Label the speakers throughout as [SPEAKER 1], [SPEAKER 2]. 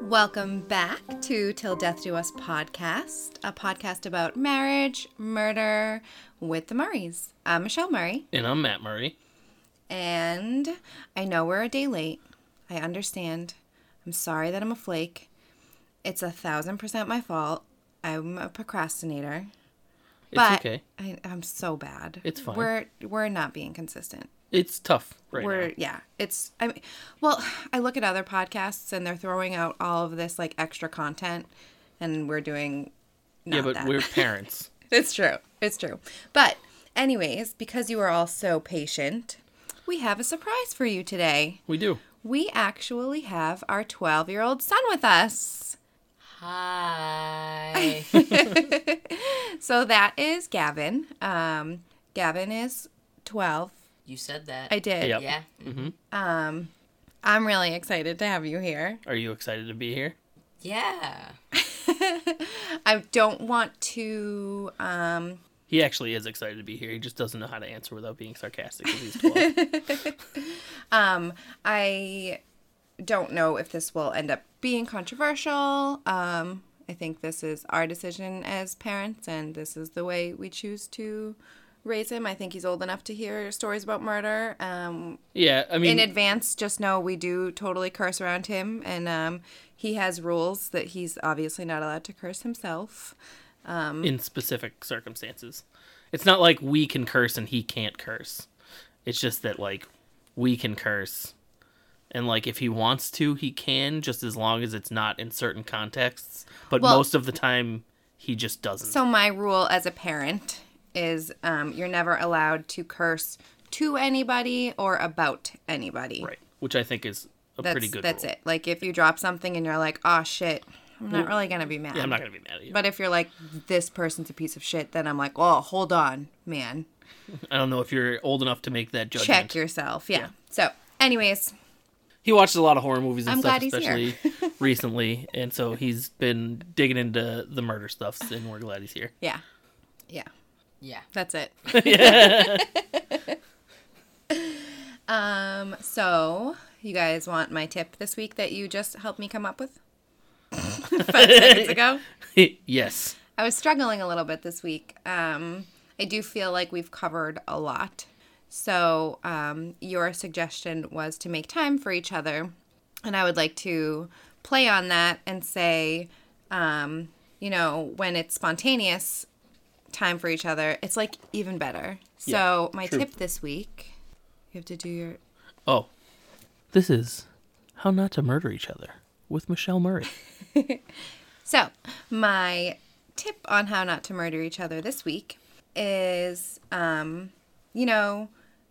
[SPEAKER 1] Welcome back to Till Death Do Us podcast, a podcast about marriage, murder with the Murrays. I'm Michelle Murray,
[SPEAKER 2] And I'm Matt Murray.
[SPEAKER 1] and I know we're a day late. I understand. I'm sorry that I'm a flake. It's a thousand percent my fault. I'm a procrastinator.
[SPEAKER 2] It's
[SPEAKER 1] But
[SPEAKER 2] okay.
[SPEAKER 1] I, I'm so bad.
[SPEAKER 2] It's fine.
[SPEAKER 1] We're we're not being consistent.
[SPEAKER 2] It's tough right
[SPEAKER 1] we're
[SPEAKER 2] now.
[SPEAKER 1] yeah it's i mean well i look at other podcasts and they're throwing out all of this like extra content and we're doing not
[SPEAKER 2] Yeah, but
[SPEAKER 1] that.
[SPEAKER 2] we're parents.
[SPEAKER 1] it's true it's true but anyways because you are all so patient we have a surprise for you today
[SPEAKER 2] We do.
[SPEAKER 1] we actually have our 12 year old son with us
[SPEAKER 3] Hi.
[SPEAKER 1] so that is gavin um gavin is 12
[SPEAKER 3] you said that.
[SPEAKER 1] i did
[SPEAKER 2] Yep.
[SPEAKER 3] Yeah.
[SPEAKER 1] i'm really excited to have you here
[SPEAKER 2] Are you excited to be here?
[SPEAKER 3] Yeah.
[SPEAKER 1] i don't want to um
[SPEAKER 2] He actually is excited to be here. He just doesn't know how to answer without being sarcastic 'cause he's 12.
[SPEAKER 1] I don't know if this will end up being controversial. Um, I think this is our decision as parents, and this is the way we choose to raise him. I think he's old enough to hear stories about murder. Um,
[SPEAKER 2] yeah, I
[SPEAKER 1] in
[SPEAKER 2] mean,
[SPEAKER 1] advance, just know we do totally curse around him, and um, he has rules that he's obviously not allowed to curse himself.
[SPEAKER 2] in specific circumstances. It's not like we can curse and he can't curse. It's just that, like, we can curse. And, like, if he wants to, he can, just as long as it's not in certain contexts. But
[SPEAKER 1] Well-
[SPEAKER 2] most of the time, he just doesn't.
[SPEAKER 1] So my rule as a parent is um, you're never allowed to curse to anybody or about anybody.
[SPEAKER 2] right. Which I think is a
[SPEAKER 1] that's
[SPEAKER 2] pretty good
[SPEAKER 1] that's
[SPEAKER 2] rule.
[SPEAKER 1] it like if you drop something and you're like oh shit i'm not really gonna be mad
[SPEAKER 2] Yeah, I'm not going to be mad at you.
[SPEAKER 1] but if you're like this person's a piece of shit then i'm like oh hold on man
[SPEAKER 2] I don't know if you're old enough to make that judgment.
[SPEAKER 1] check yourself yeah, so anyways
[SPEAKER 2] He watches a lot of horror movies and
[SPEAKER 1] I'm
[SPEAKER 2] stuff,
[SPEAKER 1] glad he's
[SPEAKER 2] especially
[SPEAKER 1] here.
[SPEAKER 2] recently, and so he's been digging into the murder stuff, and we're glad he's here.
[SPEAKER 1] yeah yeah
[SPEAKER 3] Yeah.
[SPEAKER 1] that's it um so you guys want my tip this week that you just helped me come up with five seconds ago
[SPEAKER 2] yes,
[SPEAKER 1] I was struggling a little bit this week. Um, I do feel like we've covered a lot. So, um, your suggestion was to make time for each other. And I would like to play on that and say, um, you know, when it's spontaneous time for each other, it's like even better. So, my
[SPEAKER 2] true.
[SPEAKER 1] tip this week, you have to do your.
[SPEAKER 2] Oh, this is how not to murder each other with Michelle Murray.
[SPEAKER 1] So, my tip on how not to murder each other this week is, um, you know,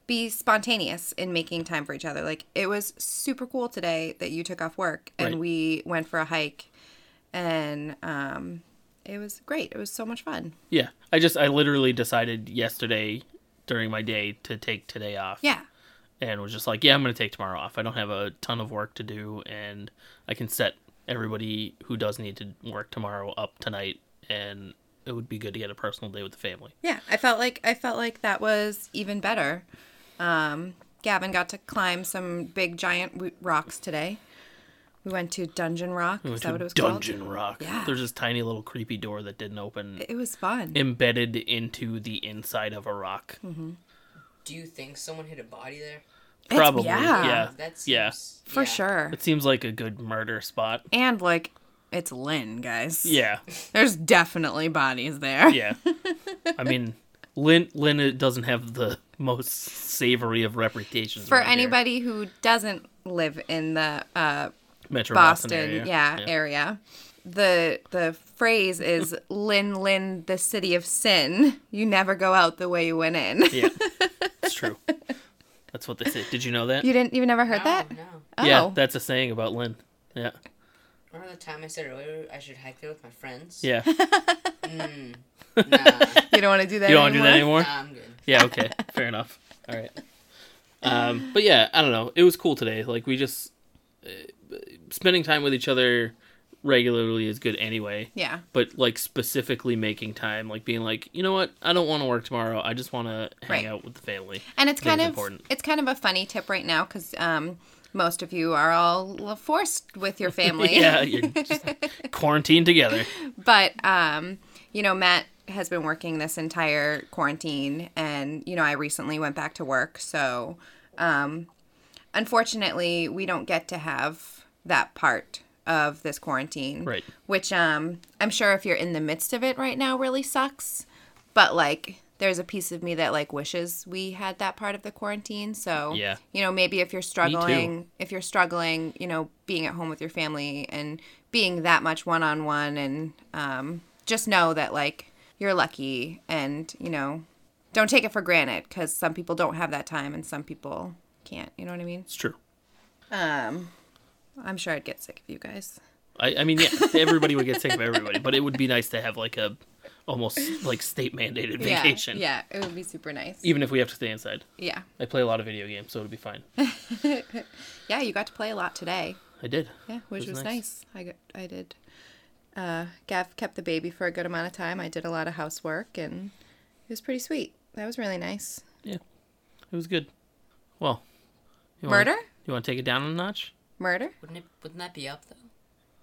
[SPEAKER 1] be spontaneous in making time for each other. Like, it was super cool today that you took off work and
[SPEAKER 2] Right.
[SPEAKER 1] we went for a hike, and um, it was great. It was so much fun.
[SPEAKER 2] yeah, I just I literally decided yesterday during my day to take today off.
[SPEAKER 1] Yeah.
[SPEAKER 2] and was just like, yeah, I'm gonna take tomorrow off. I don't have a ton of work to do, and I can set everybody who does need to work tomorrow up tonight, and it would be good to get a personal day with the family.
[SPEAKER 1] Yeah, I felt like I felt like that was even better. Um, Gavin got to climb some big giant w- rocks today. We went to Dungeon Rock. Is
[SPEAKER 2] Went
[SPEAKER 1] that
[SPEAKER 2] to
[SPEAKER 1] what it was
[SPEAKER 2] Dungeon
[SPEAKER 1] called?
[SPEAKER 2] Rock.
[SPEAKER 1] Yeah.
[SPEAKER 2] There's this tiny little creepy door that didn't open,
[SPEAKER 1] It was fun.
[SPEAKER 2] embedded into the inside of a rock.
[SPEAKER 1] Hmm.
[SPEAKER 3] Do you think someone hit a body there?
[SPEAKER 1] It's-
[SPEAKER 2] Probably,
[SPEAKER 1] yeah.
[SPEAKER 2] yeah,
[SPEAKER 3] That's
[SPEAKER 2] yeah.
[SPEAKER 1] For sure.
[SPEAKER 2] It seems like a good murder spot.
[SPEAKER 1] And like, it's Lynn, guys.
[SPEAKER 2] Yeah,
[SPEAKER 1] There's definitely bodies there.
[SPEAKER 2] yeah. I mean, Lynn Lynn doesn't have the most savory of reputations
[SPEAKER 1] For
[SPEAKER 2] around here.
[SPEAKER 1] anybody who doesn't live in the uh,
[SPEAKER 2] Metro
[SPEAKER 1] Boston,
[SPEAKER 2] area.
[SPEAKER 1] yeah, area, the the phrase is "Lynn, Lynn, the city of sin. You never go out the way you went in."
[SPEAKER 2] Yeah, it's true. That's what they say. Did you know that?
[SPEAKER 1] You didn't. You never heard
[SPEAKER 3] No,
[SPEAKER 1] that?
[SPEAKER 3] no.
[SPEAKER 1] Oh,
[SPEAKER 2] Yeah, that's a saying about Lynn. Yeah,
[SPEAKER 3] Remember the time I said earlier I should hike there with my friends?
[SPEAKER 2] yeah. You
[SPEAKER 3] Nah, nah,
[SPEAKER 1] you don't want to do that.
[SPEAKER 2] don't want to do that anymore?
[SPEAKER 3] I'm good.
[SPEAKER 2] Yeah. Okay. Fair enough. All right. Um, but yeah, I don't know. It was cool today. Like we just uh, spending time with each other regularly is good anyway.
[SPEAKER 1] Yeah.
[SPEAKER 2] But like specifically making time, like being like, you know what, I don't want to work tomorrow. I just want to
[SPEAKER 1] Right.
[SPEAKER 2] hang out with the family.
[SPEAKER 1] and it's
[SPEAKER 2] I think
[SPEAKER 1] kind of
[SPEAKER 2] important.
[SPEAKER 1] it's kind of a funny tip right now because um, most of you are all forced with your family.
[SPEAKER 2] yeah, you're just quarantined together.
[SPEAKER 1] But um, you know, Matt has been working this entire quarantine, and you know, I recently went back to work, so um, unfortunately, we don't get to have that part of this quarantine.
[SPEAKER 2] Right.
[SPEAKER 1] Which um, I'm sure if you're in the midst of it right now, really sucks. But like, there's a piece of me that like wishes we had that part of the quarantine. So
[SPEAKER 2] Yeah.
[SPEAKER 1] you know, maybe if you're struggling, if you're struggling, you know, being at home with your family and being that much one on one, and um, just know that like you're lucky, and you know, don't take it for granted because some people don't have that time and some people can't. You know what I mean?
[SPEAKER 2] It's true.
[SPEAKER 1] Um, I'm sure I'd get sick of you guys.
[SPEAKER 2] I, I mean, yeah, everybody would get sick of everybody, but it would be nice to have like a almost like state mandated vacation.
[SPEAKER 1] Yeah, yeah, it would be super nice.
[SPEAKER 2] Even if we have to stay inside.
[SPEAKER 1] yeah,
[SPEAKER 2] I play a lot of video games, so it'll be fine.
[SPEAKER 1] yeah, you got to play a lot today.
[SPEAKER 2] I did.
[SPEAKER 1] Yeah, which
[SPEAKER 2] It was
[SPEAKER 1] was, nice.
[SPEAKER 2] nice.
[SPEAKER 1] I got, I did. Uh, Gav kept the baby for a good amount of time. I did a lot of housework, and it was pretty sweet. That was really nice.
[SPEAKER 2] Yeah, it was good. Well, you
[SPEAKER 1] Murder,
[SPEAKER 2] Wanna, you want to take it down a notch?
[SPEAKER 1] murder.
[SPEAKER 3] Wouldn't it? Wouldn't that be up though?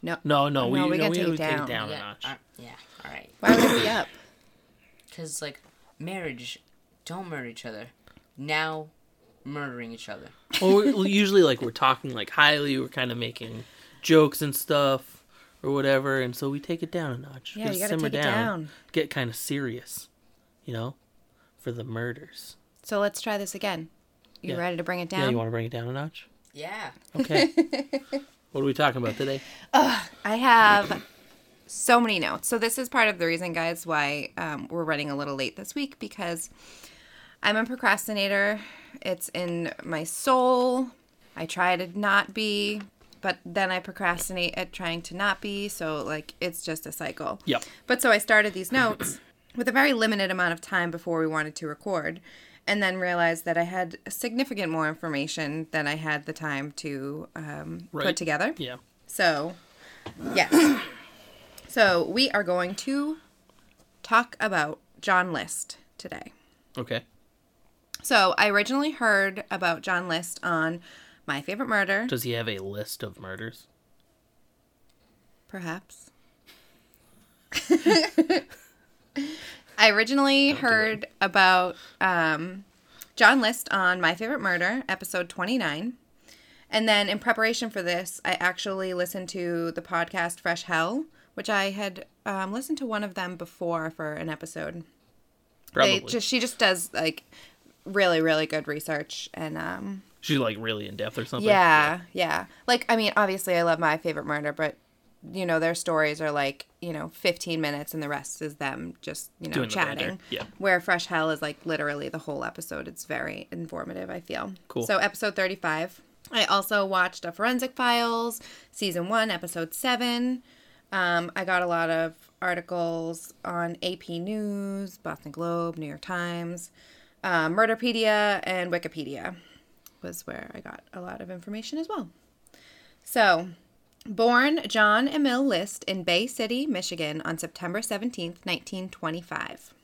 [SPEAKER 1] No,
[SPEAKER 2] No, no, we,
[SPEAKER 1] No,
[SPEAKER 2] no,
[SPEAKER 1] we
[SPEAKER 2] we,
[SPEAKER 1] gotta take it
[SPEAKER 2] would take
[SPEAKER 1] down.
[SPEAKER 2] it down a
[SPEAKER 3] yeah.
[SPEAKER 2] notch.
[SPEAKER 3] uh, yeah. All right.
[SPEAKER 1] why would it be up?
[SPEAKER 3] Because like marriage, don't murder each other. Now, murdering each other.
[SPEAKER 2] well, we're, usually like we're talking like highly, we're kind of making jokes and stuff or whatever, and so we take it down a notch.
[SPEAKER 1] Yeah, you gotta take it down.
[SPEAKER 2] Get kind of serious, you know, for the murders.
[SPEAKER 1] So let's try this again. You
[SPEAKER 2] Yeah.
[SPEAKER 1] ready to bring it down?
[SPEAKER 2] Yeah, you want to bring it down a notch?
[SPEAKER 3] Yeah.
[SPEAKER 2] Okay. what are we talking about today?
[SPEAKER 1] I have so many notes. So this is part of the reason, guys, why um, we're running a little late this week because I'm a procrastinator. It's in my soul. I try to not be, but then I procrastinate at trying to not be. So like it's just a cycle.
[SPEAKER 2] Yep.
[SPEAKER 1] But so I started these notes with a very limited amount of time before we wanted to record, and then realized that I had significant more information than I had the time to um, put
[SPEAKER 2] Right.
[SPEAKER 1] together.
[SPEAKER 2] Yeah.
[SPEAKER 1] So, yes. so we are going to talk about John List today.
[SPEAKER 2] Okay.
[SPEAKER 1] So I originally heard about John List on My Favorite Murder,
[SPEAKER 2] Does he have a list of murders?
[SPEAKER 1] perhaps. I originally heard about um, John List on My Favorite Murder, episode 29. And then in preparation for this, I actually listened to the podcast Fresh Hell, which I had um, listened to one of them before for an episode.
[SPEAKER 2] Probably.
[SPEAKER 1] They just she just does like really really good research and um
[SPEAKER 2] She's like really in depth or something.
[SPEAKER 1] yeah, yeah. Like, I mean, obviously, I love my favorite murder, but you know, their stories are like you know, fifteen minutes, and the rest is them just you know
[SPEAKER 2] Doing the
[SPEAKER 1] chatting.
[SPEAKER 2] banter, yeah.
[SPEAKER 1] Where Fresh Hell is like literally the whole episode. It's very informative. I feel
[SPEAKER 2] Cool.
[SPEAKER 1] So episode thirty-five. I also watched a Forensic Files season one, episode seven. Um, I got a lot of articles on AP News, Boston Globe, New York Times, uh, Murderpedia, and Wikipedia was where I got a lot of information as well. So, born John Emil List in Bay City, Michigan on September 17th, 1925.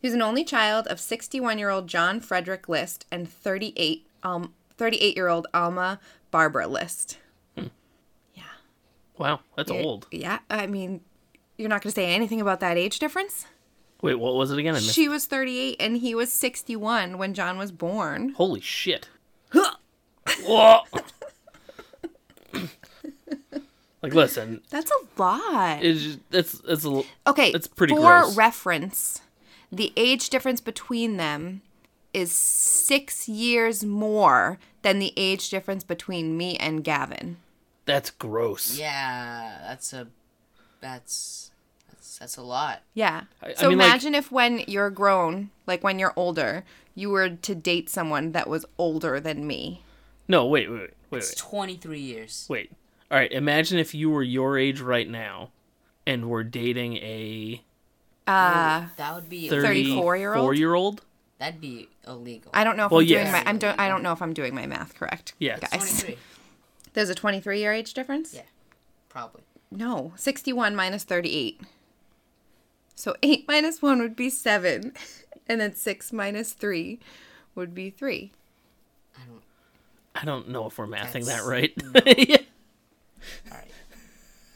[SPEAKER 1] He was an only child of 61 year old John Frederick List and 38 um, 38 year old Alma Barbara List.
[SPEAKER 2] Wow, that's old.
[SPEAKER 1] Yeah, I mean, you're not going to say anything about that age difference?
[SPEAKER 2] Wait, what was it again? I missed.
[SPEAKER 1] She was 38 and he was 61 when John was born.
[SPEAKER 2] Holy shit. Whoa. like, listen,
[SPEAKER 1] That's a lot.
[SPEAKER 2] it's just, it's it's a l-
[SPEAKER 1] Okay.
[SPEAKER 2] It's pretty
[SPEAKER 1] For
[SPEAKER 2] gross.
[SPEAKER 1] reference, the age difference between them is six years more than the age difference between me and Gavin.
[SPEAKER 2] that's gross.
[SPEAKER 3] Yeah. That's a. That's. That's that's a lot.
[SPEAKER 1] Yeah.
[SPEAKER 2] I- I
[SPEAKER 1] so
[SPEAKER 2] mean, like-
[SPEAKER 1] imagine if when you're grown, like when you're older, you were to date someone that was older than me.
[SPEAKER 2] No, wait, wait, wait, wait,
[SPEAKER 3] It's
[SPEAKER 2] wait,
[SPEAKER 3] twenty three years.
[SPEAKER 2] wait. All right, imagine if you were your age right now, and were dating a
[SPEAKER 1] Uh,
[SPEAKER 3] That would be
[SPEAKER 1] 34-year-old?
[SPEAKER 2] year old.
[SPEAKER 3] That'd be illegal.
[SPEAKER 1] I don't know if
[SPEAKER 2] Well,
[SPEAKER 1] I'm doing
[SPEAKER 2] yes.
[SPEAKER 1] my I'm do, I don't know if I'm doing my math correct.
[SPEAKER 2] Yes.
[SPEAKER 1] Guys.
[SPEAKER 3] 23.
[SPEAKER 1] There's a 23 year age difference?
[SPEAKER 3] Yeah. Probably.
[SPEAKER 1] No, 61 minus 38. So 8 minus 1 would be 7. And then 6 minus 3 would be 3.
[SPEAKER 3] I don't.
[SPEAKER 2] I I don't know if we're mathing that
[SPEAKER 3] That's-
[SPEAKER 2] right.
[SPEAKER 3] All right.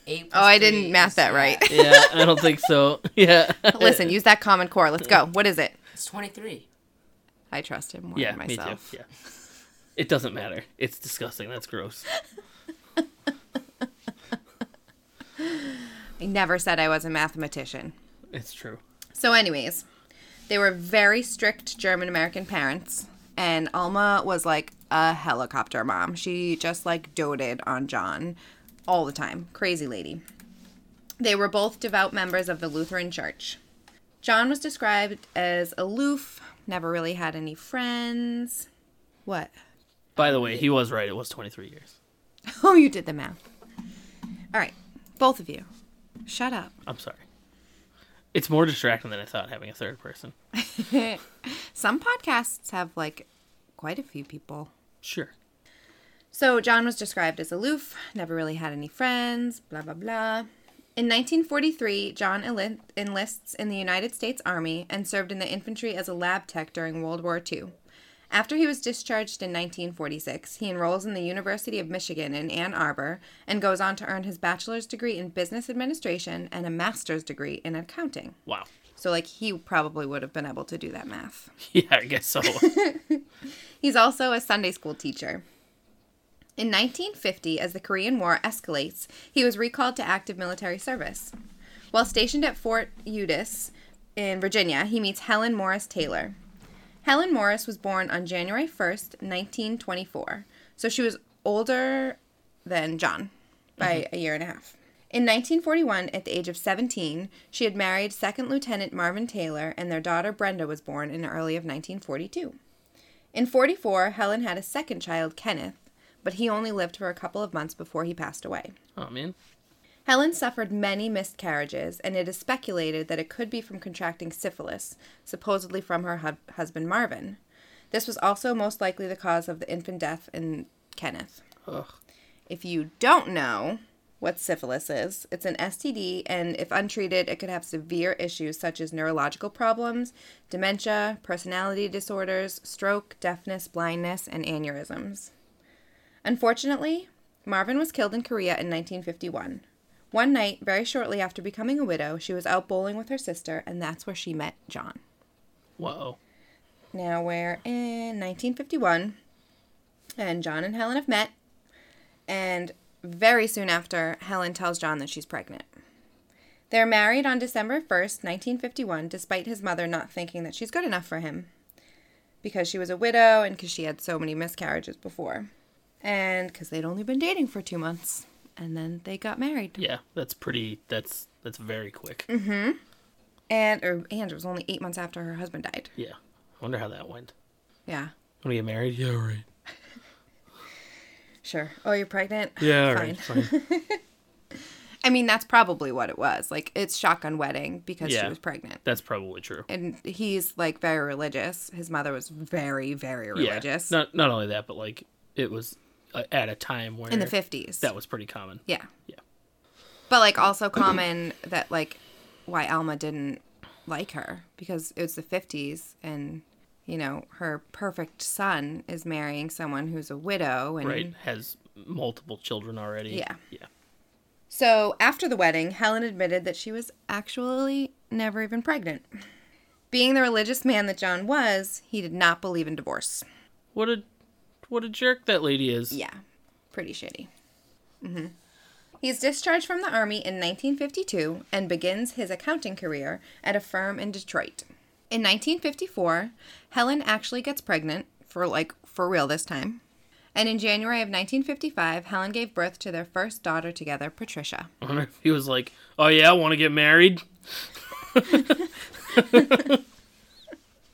[SPEAKER 3] Eight.
[SPEAKER 1] Oh,
[SPEAKER 3] plus
[SPEAKER 1] I didn't
[SPEAKER 3] three
[SPEAKER 1] math
[SPEAKER 3] is-
[SPEAKER 1] that right.
[SPEAKER 2] yeah, I don't think so. Yeah.
[SPEAKER 1] Listen, use that common core. Let's go. What is it?
[SPEAKER 3] It's twenty-three.
[SPEAKER 1] I trust him more
[SPEAKER 2] yeah,
[SPEAKER 1] than myself.
[SPEAKER 2] me too. Yeah. It doesn't matter. It's disgusting. That's gross.
[SPEAKER 1] I never said I was a mathematician.
[SPEAKER 2] It's true.
[SPEAKER 1] So, anyways, they were very strict German American parents, and Alma was like a helicopter mom. She just like doted on John all the time. Crazy lady. They were both devout members of the Lutheran Church. John was described as aloof, never really had any friends. What?
[SPEAKER 2] By the way, he was right. It was 23 years.
[SPEAKER 1] Oh, you did the math. All right, both of you. Shut up.
[SPEAKER 2] I'm sorry. It's more distracting than I thought having a third person.
[SPEAKER 1] Some podcasts have like quite a few people.
[SPEAKER 2] Sure.
[SPEAKER 1] So John was described as aloof, never really had any friends, blah, blah, blah. In 1943, John enli- enlists in the United States Army and served in the infantry as a lab tech during World War II. After he was discharged in 1946, he enrolls in the University of Michigan in Ann Arbor and goes on to earn his bachelor's degree in business administration and a master's degree in accounting.
[SPEAKER 2] Wow.
[SPEAKER 1] So, like, he probably would have been able to do that math.
[SPEAKER 2] Yeah, I guess so.
[SPEAKER 1] He's also a Sunday school teacher. In 1950, as the Korean War escalates, he was recalled to active military service. While stationed at Fort Eudis in Virginia, he meets Helen Morris Taylor. Helen Morris was born on January 1st, 1924, so she was older than John by a year and a half. In 1941, at the age of 17, she had married Second Lieutenant Marvin Taylor, and their daughter Brenda was born in early of 1942. In 44, Helen had a second child, Kenneth, but he only lived for a couple of months before he passed away.
[SPEAKER 2] oh, man.
[SPEAKER 1] Helen suffered many miscarriages, and it is speculated that it could be from contracting syphilis, supposedly from her hu- husband Marvin. This was also most likely the cause of the infant death in Kenneth.
[SPEAKER 2] Ugh.
[SPEAKER 1] If you don't know what syphilis is, it's an STD, and if untreated, it could have severe issues such as neurological problems, dementia, personality disorders, stroke, deafness, blindness, and aneurysms. Unfortunately, Marvin was killed in Korea in 1951. One night, very shortly after becoming a widow, she was out bowling with her sister, and that's where she met John.
[SPEAKER 2] Whoa.
[SPEAKER 1] Now we're in 1951, and John and Helen have met, and very soon after, Helen tells John that she's pregnant. They're married on December 1st, 1951, despite his mother not thinking that she's good enough for him because she was a widow and because she had so many miscarriages before, and because they'd only been dating for two months, and then they got married.
[SPEAKER 2] Yeah, that's pretty. That's that's very quick.
[SPEAKER 1] And, or, and it was only eight months after her husband died.
[SPEAKER 2] Yeah. I wonder how that went.
[SPEAKER 1] Yeah,
[SPEAKER 2] When we get married? Yeah, right.
[SPEAKER 1] sure. Oh, you're pregnant?
[SPEAKER 2] Yeah, all
[SPEAKER 1] Fine.
[SPEAKER 2] right. Fine.
[SPEAKER 1] I mean, that's probably what it was. Like, it's shotgun wedding because she
[SPEAKER 2] Yeah.
[SPEAKER 1] was pregnant.
[SPEAKER 2] That's probably true.
[SPEAKER 1] And he's like very religious. His mother was very, very religious
[SPEAKER 2] Yeah. Not not only that, but like it was uh, at a time where
[SPEAKER 1] in the 50s.
[SPEAKER 2] that was pretty common.
[SPEAKER 1] yeah.
[SPEAKER 2] Yeah.
[SPEAKER 1] But like, also common that like why Alma didn't like her because it was the 50s and, you know, her perfect son is marrying someone who's a widow. And
[SPEAKER 2] Right. Has multiple children already.
[SPEAKER 1] Yeah.
[SPEAKER 2] Yeah.
[SPEAKER 1] So after the wedding, Helen admitted that she was actually never even pregnant. Being the religious man that John was, he did not believe in divorce.
[SPEAKER 2] What a what a jerk that lady is.
[SPEAKER 1] Yeah, pretty shitty. Mm-hmm. He's discharged from the army in 1952 and begins his accounting career at a firm in Detroit. In 1954, Helen actually gets pregnant for like for real this time. And in January of 1955, Helen gave birth to their first daughter together, Patricia.
[SPEAKER 2] I wonder if he was like, "Oh yeah, I want to get married.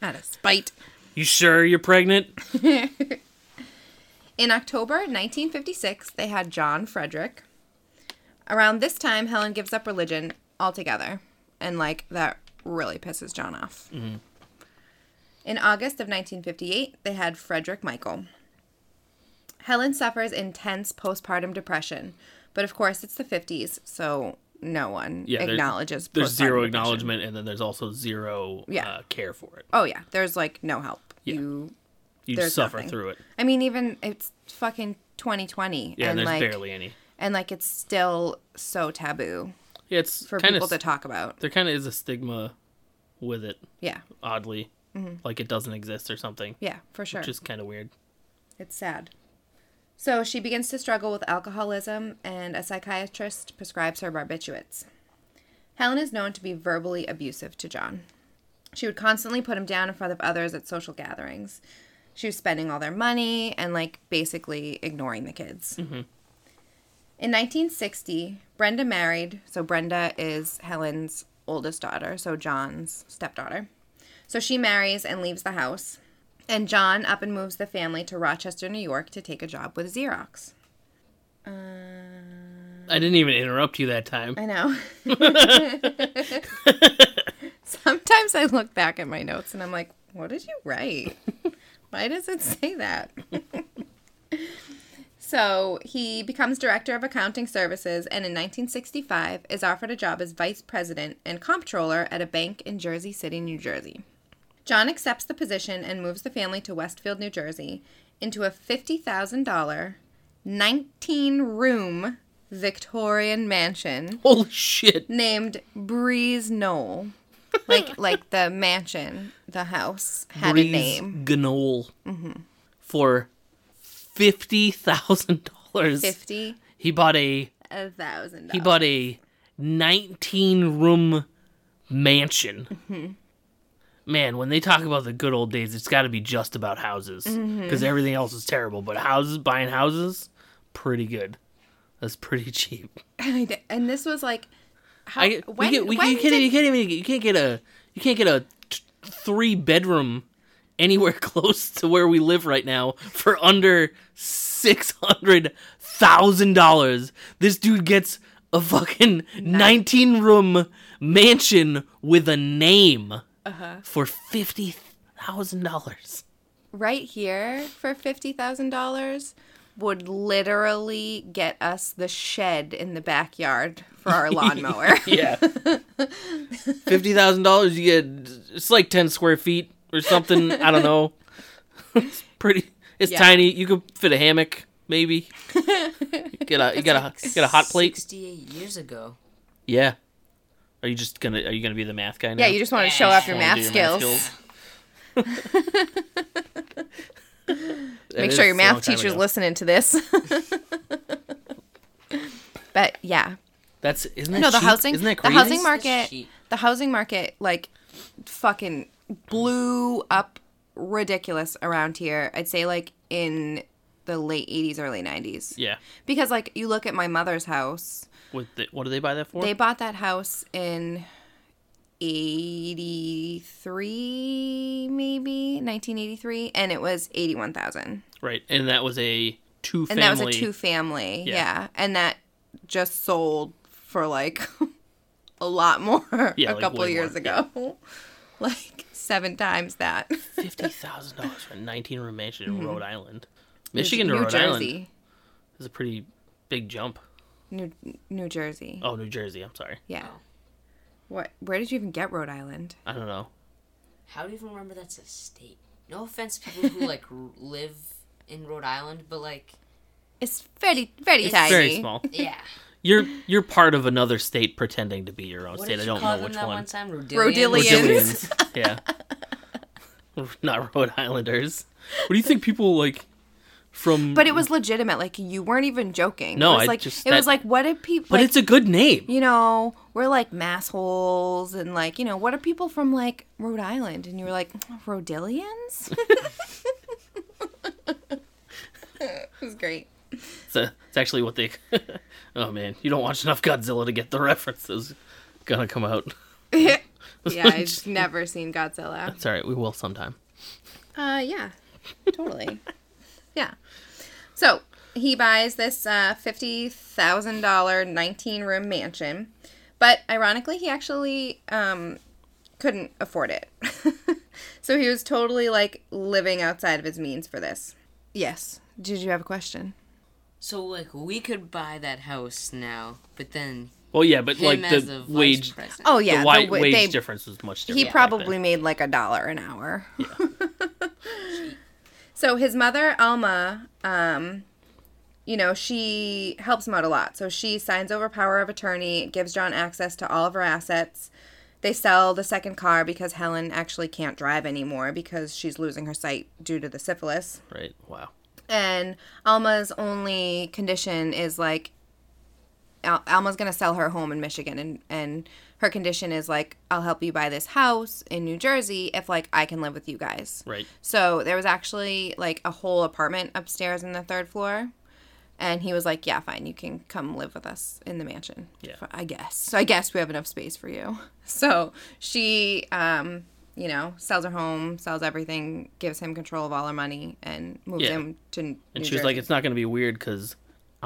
[SPEAKER 1] Out of spite.
[SPEAKER 2] You sure you're pregnant?"
[SPEAKER 1] In October 1956, they had John Frederick. Around this time, Helen gives up religion altogether, and like that really pisses John off.
[SPEAKER 2] Mm-hmm.
[SPEAKER 1] In August of 1958, they had Frederick Michael. Helen suffers intense postpartum depression, but of course, it's the 50s, so no one
[SPEAKER 2] Yeah, there-
[SPEAKER 1] acknowledges.
[SPEAKER 2] There's
[SPEAKER 1] postpartum
[SPEAKER 2] zero
[SPEAKER 1] depression.
[SPEAKER 2] acknowledgement, and then there's also zero
[SPEAKER 1] Yeah.
[SPEAKER 2] uh, care for it.
[SPEAKER 1] Oh yeah, there's like no help.
[SPEAKER 2] Yeah.
[SPEAKER 1] You
[SPEAKER 2] you
[SPEAKER 1] There's
[SPEAKER 2] suffer
[SPEAKER 1] nothing.
[SPEAKER 2] through it.
[SPEAKER 1] I mean, even it's fucking 2020,
[SPEAKER 2] Yeah,
[SPEAKER 1] and
[SPEAKER 2] there's
[SPEAKER 1] like,
[SPEAKER 2] barely any.
[SPEAKER 1] and like it's still so taboo
[SPEAKER 2] Yeah, it's
[SPEAKER 1] for
[SPEAKER 2] kind
[SPEAKER 1] people
[SPEAKER 2] of
[SPEAKER 1] to talk about.
[SPEAKER 2] there kind of is a stigma with it,
[SPEAKER 1] Yeah,
[SPEAKER 2] oddly, like it doesn't exist or something,
[SPEAKER 1] Mm-hmm. yeah, for sure.
[SPEAKER 2] which is kind of weird.
[SPEAKER 1] It's sad. So she begins to struggle with alcoholism, and a psychiatrist prescribes her barbiturates. Helen is known to be verbally abusive to John. She would constantly put him down in front of others at social gatherings. She was spending all their money and, like, basically ignoring the kids. In 1960, Brenda married. So Brenda is Helen's oldest daughter, so John's stepdaughter. So she marries and leaves the house. And John up and moves the family to Rochester, New York to take a job with Xerox.
[SPEAKER 2] I didn't even interrupt you that time.
[SPEAKER 1] I know. Sometimes I look back at my notes and I'm like, what did you write? Why does it say that? so he becomes director of accounting services and in 1965 is offered a job as vice president and comptroller at a bank in Jersey City, New Jersey. John accepts the position and moves the family to Westfield, New Jersey, into a $50,000, 19 room Victorian mansion
[SPEAKER 2] Holy shit!
[SPEAKER 1] named Breeze Knoll. Like like the mansion, the house had a
[SPEAKER 2] Breeze
[SPEAKER 1] name. Mm-hmm.
[SPEAKER 2] Gnole for fifty thousand dollars.
[SPEAKER 1] Fifty
[SPEAKER 2] He bought a
[SPEAKER 1] a thousand.
[SPEAKER 2] he
[SPEAKER 1] dollars.
[SPEAKER 2] bought a nineteen room mansion.
[SPEAKER 1] Mm-hmm.
[SPEAKER 2] Man, when they talk about the good old days, it's got to be just about houses because
[SPEAKER 1] Mm-hmm.
[SPEAKER 2] everything else is terrible. But houses, buying houses, pretty good. That's pretty cheap.
[SPEAKER 1] And, and this was like how
[SPEAKER 2] I
[SPEAKER 1] when,
[SPEAKER 2] we get, we,
[SPEAKER 1] when
[SPEAKER 2] you can't
[SPEAKER 1] did-
[SPEAKER 2] you can't even you can't get a you can't get a t- three bedroom anywhere close to where we live right now for under six hundred thousand dollars. This dude gets a fucking nineteen room mansion with a name
[SPEAKER 1] Uh-huh.
[SPEAKER 2] for fifty thousand dollars.
[SPEAKER 1] right here for fifty thousand dollars would literally get us the shed in the backyard for our lawnmower.
[SPEAKER 2] Yeah, fifty thousand dollars. You get it's like ten square feet or something. I don't know. it's pretty. It's
[SPEAKER 1] Yeah.
[SPEAKER 2] tiny. You could fit a hammock, maybe. get a you got a you got a hot plate.
[SPEAKER 3] Sixty-eight years ago.
[SPEAKER 2] Yeah. Are you just gonna Are you gonna be the math guy now?
[SPEAKER 1] yeah, you just want to show off your math
[SPEAKER 2] Wanna do
[SPEAKER 1] skills.
[SPEAKER 2] That
[SPEAKER 1] Make
[SPEAKER 2] is
[SPEAKER 1] sure your
[SPEAKER 2] a long
[SPEAKER 1] math
[SPEAKER 2] time
[SPEAKER 1] teacher's
[SPEAKER 2] ago.
[SPEAKER 1] listening to this. but yeah,
[SPEAKER 2] That's isn't that
[SPEAKER 1] no, the
[SPEAKER 2] cheap?
[SPEAKER 1] housing,
[SPEAKER 2] Isn't that
[SPEAKER 1] the
[SPEAKER 2] crazy?
[SPEAKER 1] housing
[SPEAKER 3] It's- it's
[SPEAKER 1] market,
[SPEAKER 3] cheap.
[SPEAKER 1] the housing market, like, fucking blew up ridiculous around here. I'd say like in the late '80s, early '90s.
[SPEAKER 2] Yeah.
[SPEAKER 1] Because like you look at my mother's house,
[SPEAKER 2] With the, what do they buy that for?
[SPEAKER 1] they bought that house in '83, maybe 1983, and it was eighty-one thousand.
[SPEAKER 2] right, and that was a two
[SPEAKER 1] And
[SPEAKER 2] family.
[SPEAKER 1] that was a two family.
[SPEAKER 2] Yeah.
[SPEAKER 1] Yeah. And that just sold for like a lot more
[SPEAKER 2] Yeah,
[SPEAKER 1] a
[SPEAKER 2] like,
[SPEAKER 1] couple
[SPEAKER 2] way
[SPEAKER 1] years
[SPEAKER 2] more,
[SPEAKER 1] ago. like seven times that.
[SPEAKER 2] fifty thousand dollars for a nineteen room mansion in Rhode Island. Michigan to
[SPEAKER 1] Mm-hmm. New
[SPEAKER 2] Rhode Island
[SPEAKER 1] Jersey.
[SPEAKER 2] is a pretty big jump.
[SPEAKER 1] New New Jersey.
[SPEAKER 2] Oh, New Jersey. I'm sorry.
[SPEAKER 1] Yeah.
[SPEAKER 3] Oh.
[SPEAKER 1] What where did you even get Rhode Island?
[SPEAKER 2] I don't know.
[SPEAKER 3] How do you even remember that's a state? No offense, to people who like r- live in Rhode Island, but like,
[SPEAKER 1] It's very very
[SPEAKER 3] It's
[SPEAKER 1] tiny.
[SPEAKER 2] Very small.
[SPEAKER 3] yeah.
[SPEAKER 2] You're you're part of another state pretending to be your own
[SPEAKER 3] What
[SPEAKER 2] state. I
[SPEAKER 3] did you
[SPEAKER 2] don't
[SPEAKER 3] call
[SPEAKER 2] know
[SPEAKER 3] them
[SPEAKER 2] which
[SPEAKER 3] that
[SPEAKER 2] one.
[SPEAKER 3] one time?
[SPEAKER 1] Rodillians.
[SPEAKER 2] Brazilians. yeah. Not Rhode Islanders. What do you think people like from
[SPEAKER 1] But it was legitimate. Like you weren't even joking.
[SPEAKER 2] No,
[SPEAKER 1] it was
[SPEAKER 2] I
[SPEAKER 1] like
[SPEAKER 2] just-
[SPEAKER 1] it was
[SPEAKER 2] that-
[SPEAKER 1] like what did people
[SPEAKER 2] But it's a good name.
[SPEAKER 1] you know, we're like massholes and like, you know, what are people from like Rhode Island? And you were like, Rhodillians? it was great.
[SPEAKER 2] It's, a, it's actually what they Oh man, you don't watch enough Godzilla to get the references gonna come out.
[SPEAKER 1] yeah, I've never seen Godzilla.
[SPEAKER 2] It's alright, we will sometime.
[SPEAKER 1] Uh, yeah, totally. yeah. So he buys this uh, $50,000 19 room mansion, but ironically, he actually um, couldn't afford it. so he was totally like living outside of his means for this. Yes. Did you have a question?
[SPEAKER 3] So like, we could buy that house now, but then
[SPEAKER 2] Well yeah, but
[SPEAKER 3] him
[SPEAKER 2] like
[SPEAKER 3] as
[SPEAKER 2] the
[SPEAKER 3] a vice
[SPEAKER 2] wage
[SPEAKER 3] president.
[SPEAKER 1] Oh, yeah.
[SPEAKER 2] the wi-
[SPEAKER 1] wa-
[SPEAKER 2] wage
[SPEAKER 1] they-
[SPEAKER 2] difference was much different.
[SPEAKER 1] he
[SPEAKER 2] back then.
[SPEAKER 1] probably made like a dollar an hour. So his mother, Alma, um, you know, she helps him out a lot. So she signs over power of attorney, gives John access to all of her assets. They sell the second car because Helen actually can't drive anymore because she's losing her sight due to the syphilis.
[SPEAKER 2] Right. Wow.
[SPEAKER 1] And Alma's only condition is like Al- Alma's going to sell her home in Michigan and and her condition is like I'll help you buy this house in New Jersey if like I can live with you guys.
[SPEAKER 2] Right.
[SPEAKER 1] So there was actually like a whole apartment upstairs in the third floor. And he was like, Yeah, fine, you can come live with us in the mansion.
[SPEAKER 2] Yeah.
[SPEAKER 1] I guess. So I guess we have enough space for you. So she um, you know, sells her home, sells everything, gives him control of all her money and moves
[SPEAKER 2] Yeah.
[SPEAKER 1] him to New
[SPEAKER 2] And she
[SPEAKER 1] Jersey.
[SPEAKER 2] was like, "It's not going to be weird because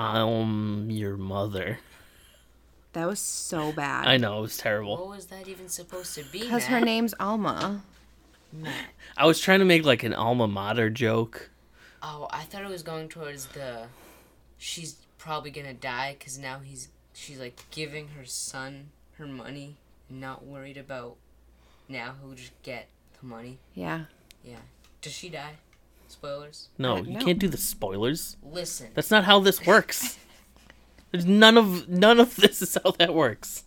[SPEAKER 2] I'm your mother."
[SPEAKER 1] That was so bad.
[SPEAKER 2] I know it was terrible.
[SPEAKER 3] What was that even supposed to be?
[SPEAKER 1] Because
[SPEAKER 3] Matt?
[SPEAKER 1] her name's Alma.
[SPEAKER 3] Matt.
[SPEAKER 2] I was trying to make like an alma mater joke.
[SPEAKER 3] Oh, I thought it was going towards the. She's probably gonna die because now he's. She's like giving her son her money, not worried about now who just get the money.
[SPEAKER 1] Yeah.
[SPEAKER 3] Yeah. Does she die? Spoilers.
[SPEAKER 2] No,
[SPEAKER 1] Uh,
[SPEAKER 2] you
[SPEAKER 1] no.
[SPEAKER 2] can't do the spoilers.
[SPEAKER 3] Listen.
[SPEAKER 2] That's not how this works. There's none of none of this is how that works.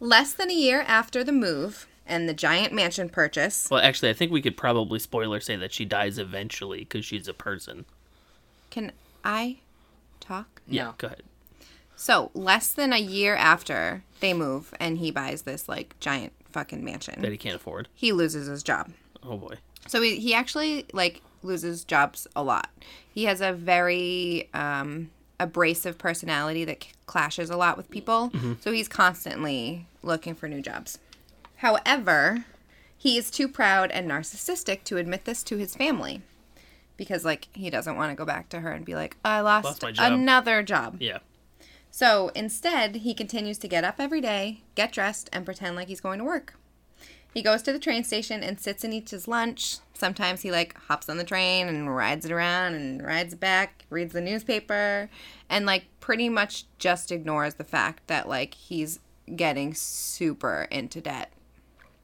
[SPEAKER 1] Less than a year after the move and the giant mansion purchase,
[SPEAKER 2] Well, actually, I think we could probably spoiler say that she dies eventually because she's a person.
[SPEAKER 1] can I talk?
[SPEAKER 2] Yeah,
[SPEAKER 3] No.
[SPEAKER 2] go ahead.
[SPEAKER 1] So, less than a year after they move and he buys this like giant fucking
[SPEAKER 2] That
[SPEAKER 1] mansion,
[SPEAKER 2] he can't afford.
[SPEAKER 1] he loses his job.
[SPEAKER 2] Oh boy.
[SPEAKER 1] So, he, he actually like loses jobs a lot. He has a very um, abrasive personality that c- clashes a lot with people.
[SPEAKER 2] Mm-hmm.
[SPEAKER 1] So, he's constantly looking for new jobs. However, he is too proud and narcissistic to admit this to his family because like he doesn't want to go back to her and be like I lost,
[SPEAKER 2] Lost my job."
[SPEAKER 1] another job.
[SPEAKER 2] Yeah.
[SPEAKER 1] So instead, he continues to get up every day, get dressed, and pretend like he's going to work. He goes to the train station and sits and eats his lunch. Sometimes he like hops on the train and rides it around and rides it back, reads the newspaper, and like pretty much just ignores the fact that like he's getting super into debt.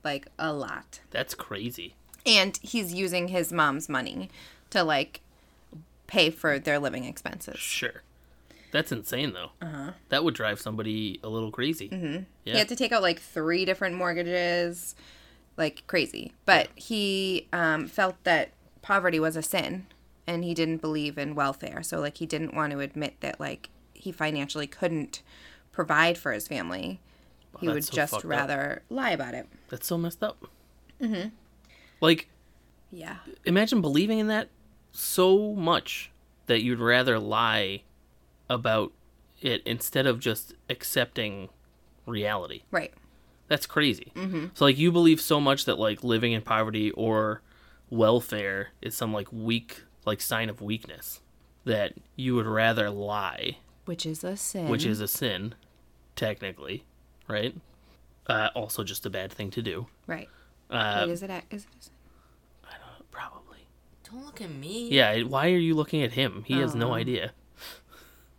[SPEAKER 1] Like a lot.
[SPEAKER 2] That's crazy.
[SPEAKER 1] And he's using his mom's money to like pay for their living expenses.
[SPEAKER 2] Sure. That's insane though. That would drive somebody a little crazy.
[SPEAKER 1] He
[SPEAKER 2] Yeah.
[SPEAKER 1] had to take out like three different mortgages, like crazy. But he um, felt that poverty was a sin, and he didn't believe in welfare. So like he didn't want to admit that like he financially couldn't provide for his family. he
[SPEAKER 2] that's
[SPEAKER 1] would
[SPEAKER 2] so
[SPEAKER 1] just
[SPEAKER 2] fucked up.
[SPEAKER 1] rather lie about it.
[SPEAKER 2] That's so messed up. Like,
[SPEAKER 1] Yeah.
[SPEAKER 2] imagine believing in that so much that you'd rather lie about it instead of just accepting reality.
[SPEAKER 1] Right.
[SPEAKER 2] That's crazy. So like you believe so much that like living in poverty or welfare is some like weak like sign of weakness that you would rather lie,
[SPEAKER 1] Which is a sin.
[SPEAKER 2] which is a sin technically, right? Uh, also just a bad thing to do.
[SPEAKER 1] right.
[SPEAKER 2] Uh,
[SPEAKER 1] Wait, is it? A, is it a sin?
[SPEAKER 2] probably.
[SPEAKER 3] Don't look at me.
[SPEAKER 2] Yeah, why are you looking at him? He has no idea.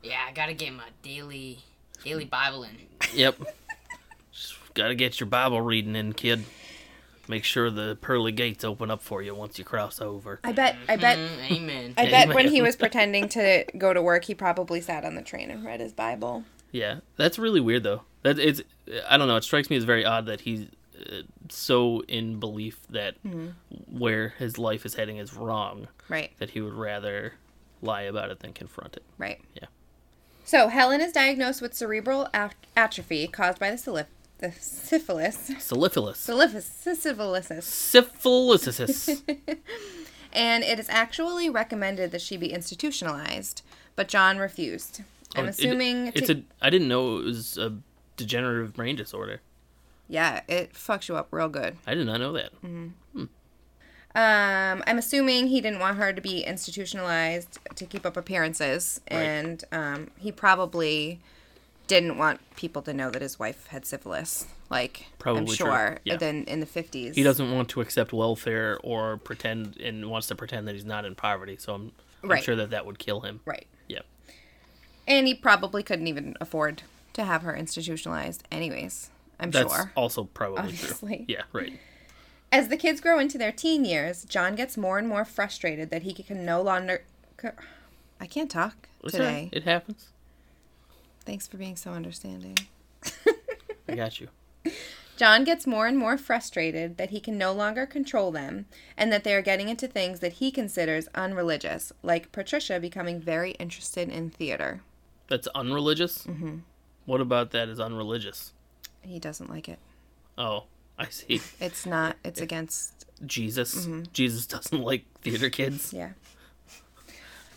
[SPEAKER 3] Yeah, I gotta get my daily, daily Bible in.
[SPEAKER 2] Yep. Just gotta get your Bible reading in, kid. Make sure the pearly gates open up for you once you cross over.
[SPEAKER 1] I bet. I bet.
[SPEAKER 3] Mm, amen.
[SPEAKER 1] I bet when
[SPEAKER 2] Amen.
[SPEAKER 1] he was pretending to go to work, he probably sat on the train and read his Bible.
[SPEAKER 2] Yeah, that's really weird though. That it's I don't know. It strikes me as very odd that he's uh, so in belief that where his life is heading is wrong
[SPEAKER 1] Right.
[SPEAKER 2] that he would rather lie about it than confront it.
[SPEAKER 1] Right.
[SPEAKER 2] Yeah.
[SPEAKER 1] So Helen is diagnosed with cerebral at- atrophy caused by the, syphilis, the syphilis,
[SPEAKER 2] Syphilis.
[SPEAKER 1] syphilis, syphilis,
[SPEAKER 2] Syphilis. Oh,
[SPEAKER 1] and it is actually recommended that she be institutionalized, but John refused. I'm
[SPEAKER 2] Oh, it-
[SPEAKER 1] assuming
[SPEAKER 2] it's
[SPEAKER 1] to-
[SPEAKER 2] a. I didn't know it was a degenerative brain disorder.
[SPEAKER 1] yeah, it fucks you up real good.
[SPEAKER 2] I did not know that.
[SPEAKER 1] Mm. Um, I'm assuming he didn't want her to be institutionalized to keep up appearances,
[SPEAKER 2] Right.
[SPEAKER 1] and um, he probably didn't want people to know that his wife had syphilis. Like, I'm
[SPEAKER 2] Probably true.
[SPEAKER 1] sure.
[SPEAKER 2] Yeah.
[SPEAKER 1] Then in the 50s,
[SPEAKER 2] He doesn't want to accept welfare or pretend and wants to pretend that he's not in poverty. So I'm, I'm
[SPEAKER 1] Right.
[SPEAKER 2] sure that that would kill him.
[SPEAKER 1] right.
[SPEAKER 2] Yeah.
[SPEAKER 1] And he probably couldn't even afford to have her institutionalized, anyways. I'm
[SPEAKER 2] That's
[SPEAKER 1] sure.
[SPEAKER 2] also probably
[SPEAKER 1] Obviously.
[SPEAKER 2] true. Yeah, right.
[SPEAKER 1] As the kids grow into their teen years, John gets more and more frustrated that he can no longer. I can't talk
[SPEAKER 2] It's all right.
[SPEAKER 1] today.
[SPEAKER 2] It happens.
[SPEAKER 1] Thanks for being so understanding.
[SPEAKER 2] I got you.
[SPEAKER 1] John gets more and more frustrated that he can no longer control them and that they are getting into things that he considers unreligious, like Patricia becoming very interested in theater.
[SPEAKER 2] That's unreligious. Mm-hmm. What about that is unreligious?
[SPEAKER 1] He doesn't like it.
[SPEAKER 2] Oh, I see.
[SPEAKER 1] It's not, it's against,
[SPEAKER 2] Jesus.
[SPEAKER 1] Mm-hmm.
[SPEAKER 2] Jesus doesn't like theater kids.
[SPEAKER 1] yeah.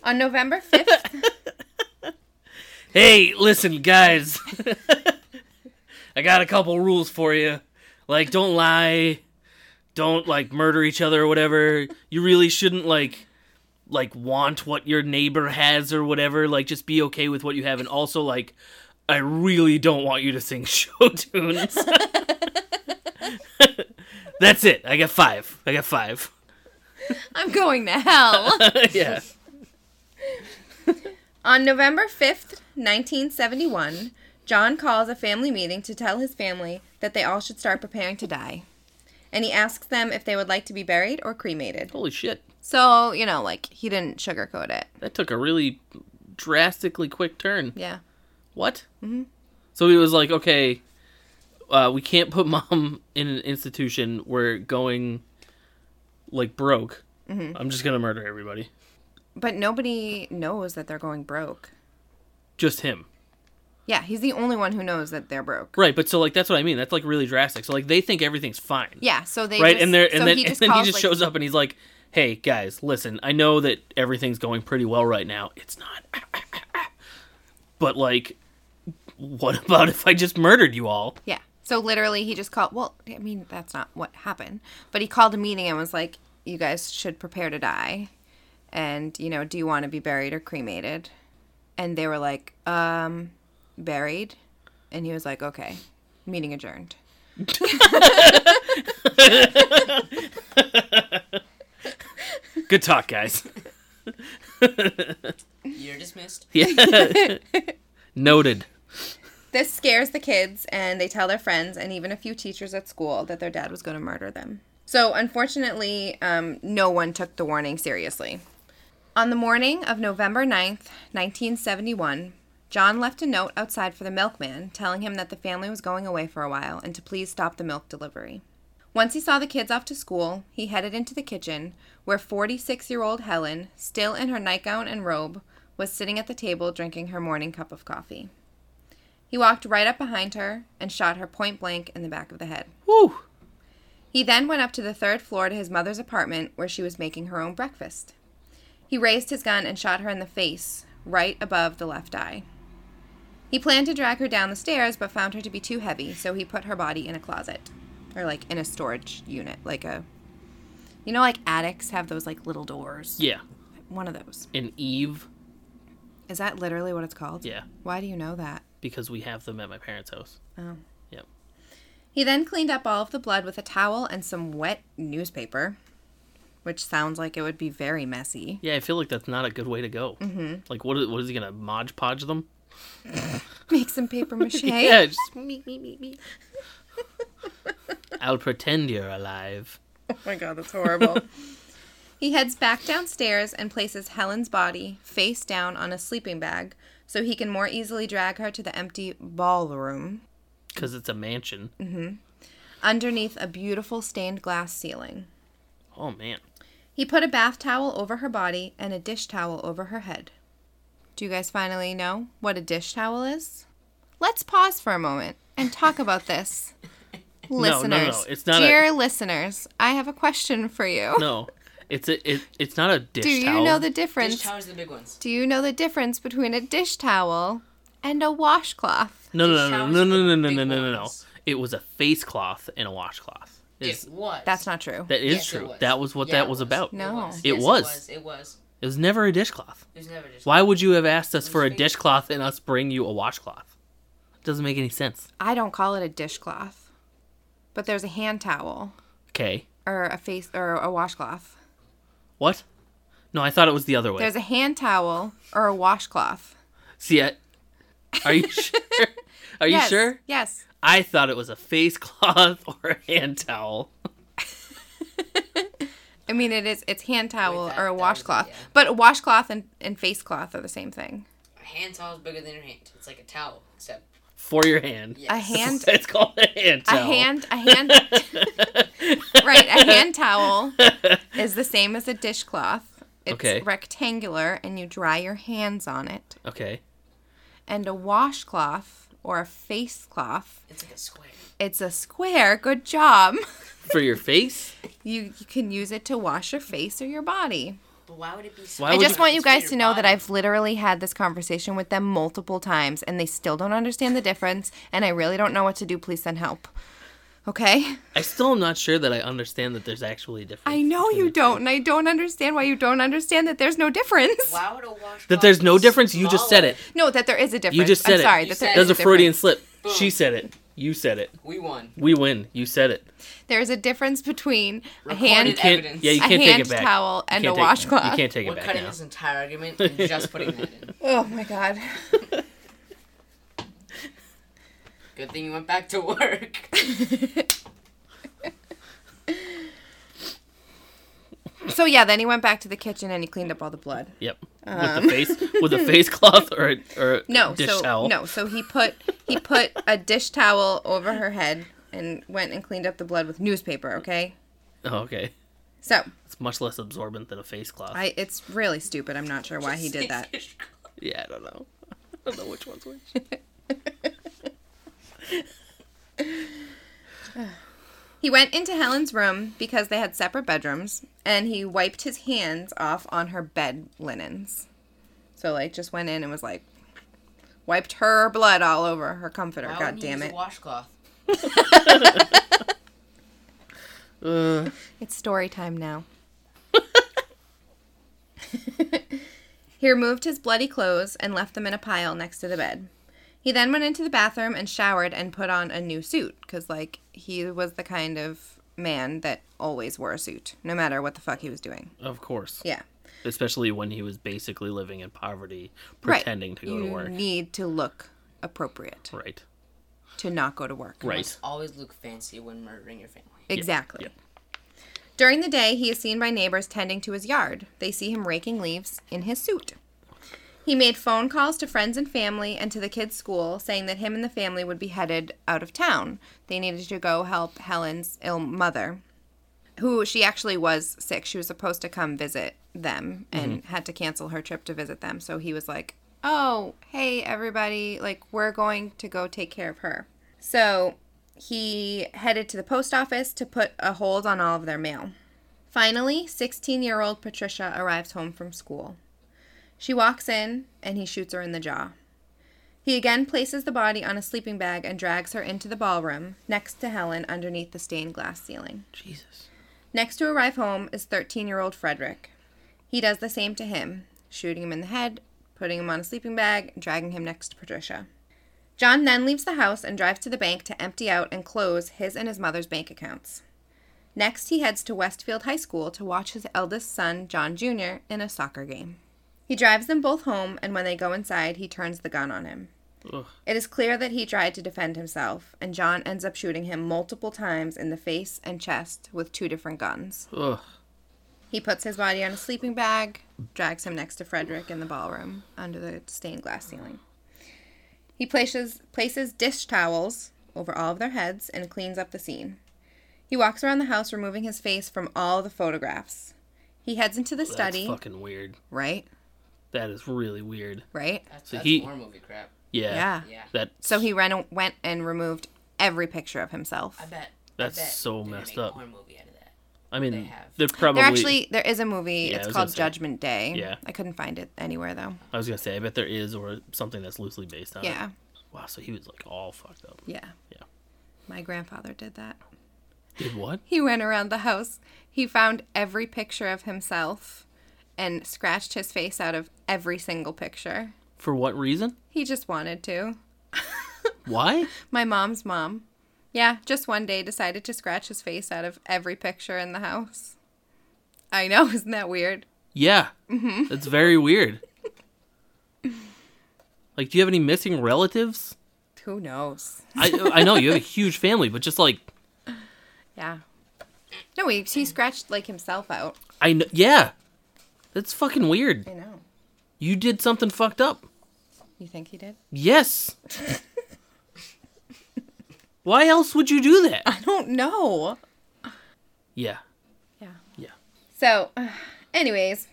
[SPEAKER 1] On November 5th,
[SPEAKER 2] Hey, listen, guys. I got a couple rules for you. Like, don't lie. Don't like murder each other or whatever. You really shouldn't like like want what your neighbor has or whatever. Like, just be okay with what you have. And also, like, I really don't want you to sing show tunes. That's it. I got five. I got five.
[SPEAKER 1] I'm going to hell.
[SPEAKER 2] yeah.
[SPEAKER 1] On November 5th, 1971, John calls a family meeting to tell his family that they all should start preparing to die. And he asks them if they would like to be buried or cremated.
[SPEAKER 2] Holy shit.
[SPEAKER 1] So, you know, like he didn't sugarcoat it.
[SPEAKER 2] That took a really drastically quick turn.
[SPEAKER 1] Yeah.
[SPEAKER 2] What? Mm-hmm. So he was like, okay, uh, we can't put mom in an institution. We're going like broke.
[SPEAKER 1] Mm-hmm.
[SPEAKER 2] I'm just gonna murder everybody.
[SPEAKER 1] But nobody knows that they're going broke.
[SPEAKER 2] Just him.
[SPEAKER 1] Yeah, he's the only one who knows that they're broke.
[SPEAKER 2] Right, but so like that's what I mean. That's like really drastic. So like they think everything's fine.
[SPEAKER 1] Yeah, so they
[SPEAKER 2] right,
[SPEAKER 1] just,
[SPEAKER 2] and there and
[SPEAKER 1] so
[SPEAKER 2] then and then he
[SPEAKER 1] calls,
[SPEAKER 2] just
[SPEAKER 1] like-
[SPEAKER 2] shows up and he's like, Hey guys, listen, I know that everything's going pretty well right now. It's not but like what about if I just murdered you all?
[SPEAKER 1] Yeah. So literally, he just called. Well, I mean, that's not what happened. But he called a meeting and was like, "You guys should prepare to die, and you know, do you want to be buried or cremated?" And they were like, "Um, buried." And he was like, "Okay." Meeting adjourned.
[SPEAKER 2] Good talk, guys.
[SPEAKER 3] You're dismissed.
[SPEAKER 2] Yeah. Noted.
[SPEAKER 1] This scares the kids, and they tell their friends and even a few teachers at school that their dad was going to murder them. So, unfortunately, um, no one took the warning seriously. On the morning of November 9th, 1971, John left a note outside for the milkman telling him that the family was going away for a while and to please stop the milk delivery. Once he saw the kids off to school, he headed into the kitchen where 46 year old Helen, still in her nightgown and robe, was sitting at the table drinking her morning cup of coffee. He walked right up behind her and shot her point blank in the back of the head.
[SPEAKER 2] Whew.
[SPEAKER 1] He then went up to the third floor to his mother's apartment where she was making her own breakfast. He raised his gun and shot her in the face, right above the left eye. He planned to drag her down the stairs but found her to be too heavy, so he put her body in a closet or like in a storage unit, like a You know like attics have those like little doors.
[SPEAKER 2] Yeah.
[SPEAKER 1] One of those.
[SPEAKER 2] And Eve,
[SPEAKER 1] Is that literally what it's called?
[SPEAKER 2] Yeah.
[SPEAKER 1] Why do you know that?
[SPEAKER 2] because we have them at my parents' house.
[SPEAKER 1] Oh.
[SPEAKER 2] Yep.
[SPEAKER 1] He then cleaned up all of the blood with a towel and some wet newspaper, which sounds like it would be very messy.
[SPEAKER 2] Yeah, I feel like that's not a good way to go. Mm-hmm. Like, what is, what is he gonna modge podge them?
[SPEAKER 1] Make some paper mache.
[SPEAKER 2] Yeah, just me, me, me, me. I'll pretend you're alive.
[SPEAKER 1] Oh my god, that's horrible. he heads back downstairs and places Helen's body face down on a sleeping bag so he can more easily drag her to the empty ballroom
[SPEAKER 2] Because it's a mansion.
[SPEAKER 1] underneath a beautiful stained glass ceiling.
[SPEAKER 3] Mm-hmm.
[SPEAKER 2] Oh, man.
[SPEAKER 1] He put a bath towel over her body and a dish towel over her head. Do you guys finally know what a dish towel is? Let's pause for a moment and talk about this.
[SPEAKER 2] no,
[SPEAKER 1] listeners,
[SPEAKER 2] no, it's not a-
[SPEAKER 1] dear listeners, I have a question for you.
[SPEAKER 2] No, it's a, it, it's not a dish
[SPEAKER 1] Do you
[SPEAKER 2] towel.
[SPEAKER 1] know the
[SPEAKER 3] Dish
[SPEAKER 1] difference?
[SPEAKER 3] towers are the big ones.
[SPEAKER 1] Do you know the difference between a dish towel and a washcloth?
[SPEAKER 2] no,
[SPEAKER 3] dish
[SPEAKER 2] no, no,
[SPEAKER 3] towels
[SPEAKER 2] no, no, no,
[SPEAKER 3] are the
[SPEAKER 2] no, no,
[SPEAKER 3] big
[SPEAKER 2] no, no, no.
[SPEAKER 3] ones.
[SPEAKER 2] It was a face cloth and a washcloth. Is
[SPEAKER 3] It was.
[SPEAKER 1] That's not true.
[SPEAKER 2] that is
[SPEAKER 3] Yes, it
[SPEAKER 2] true?
[SPEAKER 3] was.
[SPEAKER 2] That was what
[SPEAKER 3] Yeah,
[SPEAKER 2] that
[SPEAKER 3] it
[SPEAKER 2] was,
[SPEAKER 3] was.
[SPEAKER 2] about.
[SPEAKER 1] No.
[SPEAKER 3] It
[SPEAKER 2] It was.
[SPEAKER 3] Yes, It was. It was.
[SPEAKER 2] It was never a dishcloth.
[SPEAKER 3] It was never just.
[SPEAKER 2] Why would you have asked us for a
[SPEAKER 3] fake.
[SPEAKER 2] dishcloth and us bring you a washcloth? Doesn't make any sense.
[SPEAKER 1] I don't call it a dishcloth, but there's a hand towel
[SPEAKER 2] Okay.
[SPEAKER 1] or a face or a washcloth.
[SPEAKER 2] What? No, I thought it was the other way.
[SPEAKER 1] There's a hand towel or a washcloth.
[SPEAKER 2] See, I, are you sure? Are you
[SPEAKER 1] yes.
[SPEAKER 2] sure?
[SPEAKER 1] Yes.
[SPEAKER 2] I thought it was a face cloth or a hand towel.
[SPEAKER 1] I mean, it is it's hand towel
[SPEAKER 3] that-
[SPEAKER 1] or
[SPEAKER 3] that
[SPEAKER 1] a
[SPEAKER 3] was-
[SPEAKER 1] washcloth,
[SPEAKER 3] yeah.
[SPEAKER 1] but washcloth and, and face cloth are the same thing.
[SPEAKER 3] A hand towel is bigger than your hand. It's like a towel, except
[SPEAKER 2] for your hand.
[SPEAKER 3] yes.
[SPEAKER 1] A hand,
[SPEAKER 2] It's called a hand
[SPEAKER 1] a
[SPEAKER 2] towel.
[SPEAKER 1] hand, a hand, right? A hand towel is the same as a dishcloth. It's
[SPEAKER 2] Okay.
[SPEAKER 1] rectangular, and you dry your hands on it.
[SPEAKER 2] Okay.
[SPEAKER 1] And a washcloth or a face cloth,
[SPEAKER 3] It's like a square.
[SPEAKER 1] it's a square. Good job.
[SPEAKER 2] For your face?
[SPEAKER 1] You, you can use it to wash your face or your body.
[SPEAKER 3] But why would it be?
[SPEAKER 2] Why
[SPEAKER 1] I
[SPEAKER 2] would
[SPEAKER 1] just
[SPEAKER 2] you-
[SPEAKER 1] want you guys to know that I've literally had this conversation with them multiple times and they still don't understand the difference and I really don't know what to do. Please send help. Okay?
[SPEAKER 2] I still am not sure that I understand that there's actually a difference.
[SPEAKER 1] I know
[SPEAKER 2] between
[SPEAKER 1] you
[SPEAKER 2] the
[SPEAKER 1] don't and I don't understand why you don't understand that there's no difference.
[SPEAKER 3] Why would a washcloth?
[SPEAKER 2] That there's no
[SPEAKER 3] be
[SPEAKER 2] difference. You just said
[SPEAKER 3] smaller?
[SPEAKER 2] it.
[SPEAKER 1] No, that there is a difference.
[SPEAKER 2] You just
[SPEAKER 1] I'm
[SPEAKER 2] said
[SPEAKER 1] sorry.
[SPEAKER 2] it.
[SPEAKER 1] That
[SPEAKER 3] said
[SPEAKER 1] there
[SPEAKER 3] it.
[SPEAKER 1] is
[SPEAKER 2] There's a Freudian slip.
[SPEAKER 3] Boom.
[SPEAKER 2] She said it. You said it.
[SPEAKER 3] We won.
[SPEAKER 2] We win. You said it.
[SPEAKER 1] There is a difference between a
[SPEAKER 3] Recorded
[SPEAKER 1] hand
[SPEAKER 3] evidence.
[SPEAKER 2] Can't,
[SPEAKER 3] Evidence.
[SPEAKER 2] yeah, you
[SPEAKER 1] A
[SPEAKER 2] can't take
[SPEAKER 1] hand
[SPEAKER 2] it back.
[SPEAKER 1] towel
[SPEAKER 2] You
[SPEAKER 1] and
[SPEAKER 2] can't
[SPEAKER 1] a
[SPEAKER 2] take-
[SPEAKER 1] washcloth.
[SPEAKER 2] You can't take
[SPEAKER 3] We're
[SPEAKER 2] it back
[SPEAKER 3] cutting
[SPEAKER 2] now.
[SPEAKER 3] this entire argument and just putting that in.
[SPEAKER 1] Oh my god.
[SPEAKER 3] Good thing you went back to work.
[SPEAKER 1] So yeah, then he went back to the kitchen and he cleaned up all the blood.
[SPEAKER 2] Yep. with the face, with a face cloth or a, or a
[SPEAKER 1] Um, No,
[SPEAKER 2] dish
[SPEAKER 1] so
[SPEAKER 2] towel.
[SPEAKER 1] no, so he put he put a dish towel over her head and went and cleaned up the blood with newspaper. Okay,
[SPEAKER 2] Oh, okay.
[SPEAKER 1] so
[SPEAKER 2] It's much less absorbent than a face cloth.
[SPEAKER 1] I it's really stupid. I'm not sure why he did that.
[SPEAKER 2] yeah, I don't know. I don't know which one's which.
[SPEAKER 1] He went into Helen's room because they had separate bedrooms, and he wiped his hands off on her bed linens. So like, just went in and was like, wiped her blood all over her comforter.
[SPEAKER 3] Why
[SPEAKER 1] God
[SPEAKER 3] wouldn't you
[SPEAKER 1] damn
[SPEAKER 3] use
[SPEAKER 1] it!
[SPEAKER 3] A washcloth.
[SPEAKER 2] Uh,
[SPEAKER 1] It's story time now. he removed his bloody clothes and left them in a pile next to the bed. He then went into the bathroom and showered and put on a new suit because, like, he was the kind of man that always wore a suit, no matter what the fuck he was doing.
[SPEAKER 2] of course.
[SPEAKER 1] Yeah.
[SPEAKER 2] Especially when he was basically living in poverty,
[SPEAKER 1] Right. Mm.
[SPEAKER 2] pretending to go
[SPEAKER 1] you
[SPEAKER 2] to work.
[SPEAKER 1] need to look appropriate
[SPEAKER 2] Right.
[SPEAKER 1] to not go to work.
[SPEAKER 2] Right.
[SPEAKER 3] Must always look fancy when murdering your family.
[SPEAKER 1] Exactly.
[SPEAKER 2] Yep.
[SPEAKER 1] During the day, he is seen by neighbors tending to his yard. They see him raking leaves in his suit. He made phone calls to friends and family and to the kids' school saying that him and the family would be headed out of town. They needed to go help Helen's ill mother, who she actually was sick. She was supposed to come visit them and had to cancel her trip to visit them. So he was like, Oh, hey, everybody, like, we're going to go take care of her. So he headed to the post office to put a hold on all of their mail. Finally, 16 year old Patricia arrives home from school. She walks in and he shoots her in the jaw. He again places the body on a sleeping bag and drags her into the ballroom next to Helen underneath the stained glass ceiling.
[SPEAKER 2] Jesus.
[SPEAKER 1] Next to arrive home is 13 year old Frederick. He does the same to him, shooting him in the head, putting him on a sleeping bag, and dragging him next to Patricia. John then leaves the house and drives to the bank to empty out and close his and his mother's bank accounts. Next, he heads to Westfield High School to watch his eldest son, John Jr., in a soccer game. He drives them both home, and when they go inside, he turns the gun on him.
[SPEAKER 2] Ugh.
[SPEAKER 1] It is clear that he tried to defend himself, and John ends up shooting him multiple times in the face and chest with two different guns.
[SPEAKER 2] Ugh.
[SPEAKER 1] He puts his body on a sleeping bag, drags him next to Frederick in the ballroom under the stained glass ceiling. He places places dish towels over all of their heads and cleans up the scene. He walks around the house removing his face from all the photographs. He heads into the
[SPEAKER 2] That's
[SPEAKER 1] study,
[SPEAKER 2] fucking weird.
[SPEAKER 1] right?
[SPEAKER 2] That is really weird.
[SPEAKER 1] Right?
[SPEAKER 3] That's,
[SPEAKER 2] So
[SPEAKER 3] that's
[SPEAKER 2] he-
[SPEAKER 3] horror movie crap.
[SPEAKER 2] Yeah.
[SPEAKER 1] Yeah.
[SPEAKER 3] Yeah.
[SPEAKER 2] That
[SPEAKER 1] So he ran, went and removed every picture of himself.
[SPEAKER 3] I bet.
[SPEAKER 2] That's
[SPEAKER 3] I bet
[SPEAKER 2] so
[SPEAKER 3] they're gonna
[SPEAKER 2] messed
[SPEAKER 3] make a
[SPEAKER 2] up.
[SPEAKER 3] Horror movie out of that.
[SPEAKER 2] I mean,
[SPEAKER 3] have.
[SPEAKER 2] they're probably.
[SPEAKER 1] There actually there is a movie.
[SPEAKER 2] Yeah, I
[SPEAKER 1] it's
[SPEAKER 2] was
[SPEAKER 1] called
[SPEAKER 2] gonna say.
[SPEAKER 1] Judgment Day.
[SPEAKER 2] Yeah.
[SPEAKER 1] I couldn't find it anywhere though.
[SPEAKER 2] I was gonna say, I bet there is, or something that's loosely based on. it.
[SPEAKER 1] Yeah.
[SPEAKER 2] Wow. So he was like all fucked up.
[SPEAKER 1] Yeah.
[SPEAKER 2] Uh-huh. Yeah.
[SPEAKER 1] My grandfather did that.
[SPEAKER 2] Did what?
[SPEAKER 1] He went around the house. He found every picture of himself and scratched his face out of every single picture.
[SPEAKER 2] For what reason?
[SPEAKER 1] He just wanted to.
[SPEAKER 2] Why?
[SPEAKER 1] My mom's mom, yeah, just one day decided to scratch his face out of every picture in the house. I know, isn't that weird?
[SPEAKER 2] Yeah. Mm-hmm. That's very weird. Like, do you have any missing relatives?
[SPEAKER 1] Who knows?
[SPEAKER 2] I I know you have a huge family, but just like
[SPEAKER 1] Yeah. No, he, he scratched like himself out.
[SPEAKER 2] I know. Yeah, that's fucking weird.
[SPEAKER 1] I know.
[SPEAKER 2] You did something fucked up.
[SPEAKER 1] You think he did?
[SPEAKER 2] Yes. Why else would you do that?
[SPEAKER 1] I don't know.
[SPEAKER 2] Yeah.
[SPEAKER 1] Yeah.
[SPEAKER 2] Yeah.
[SPEAKER 1] So, anyways,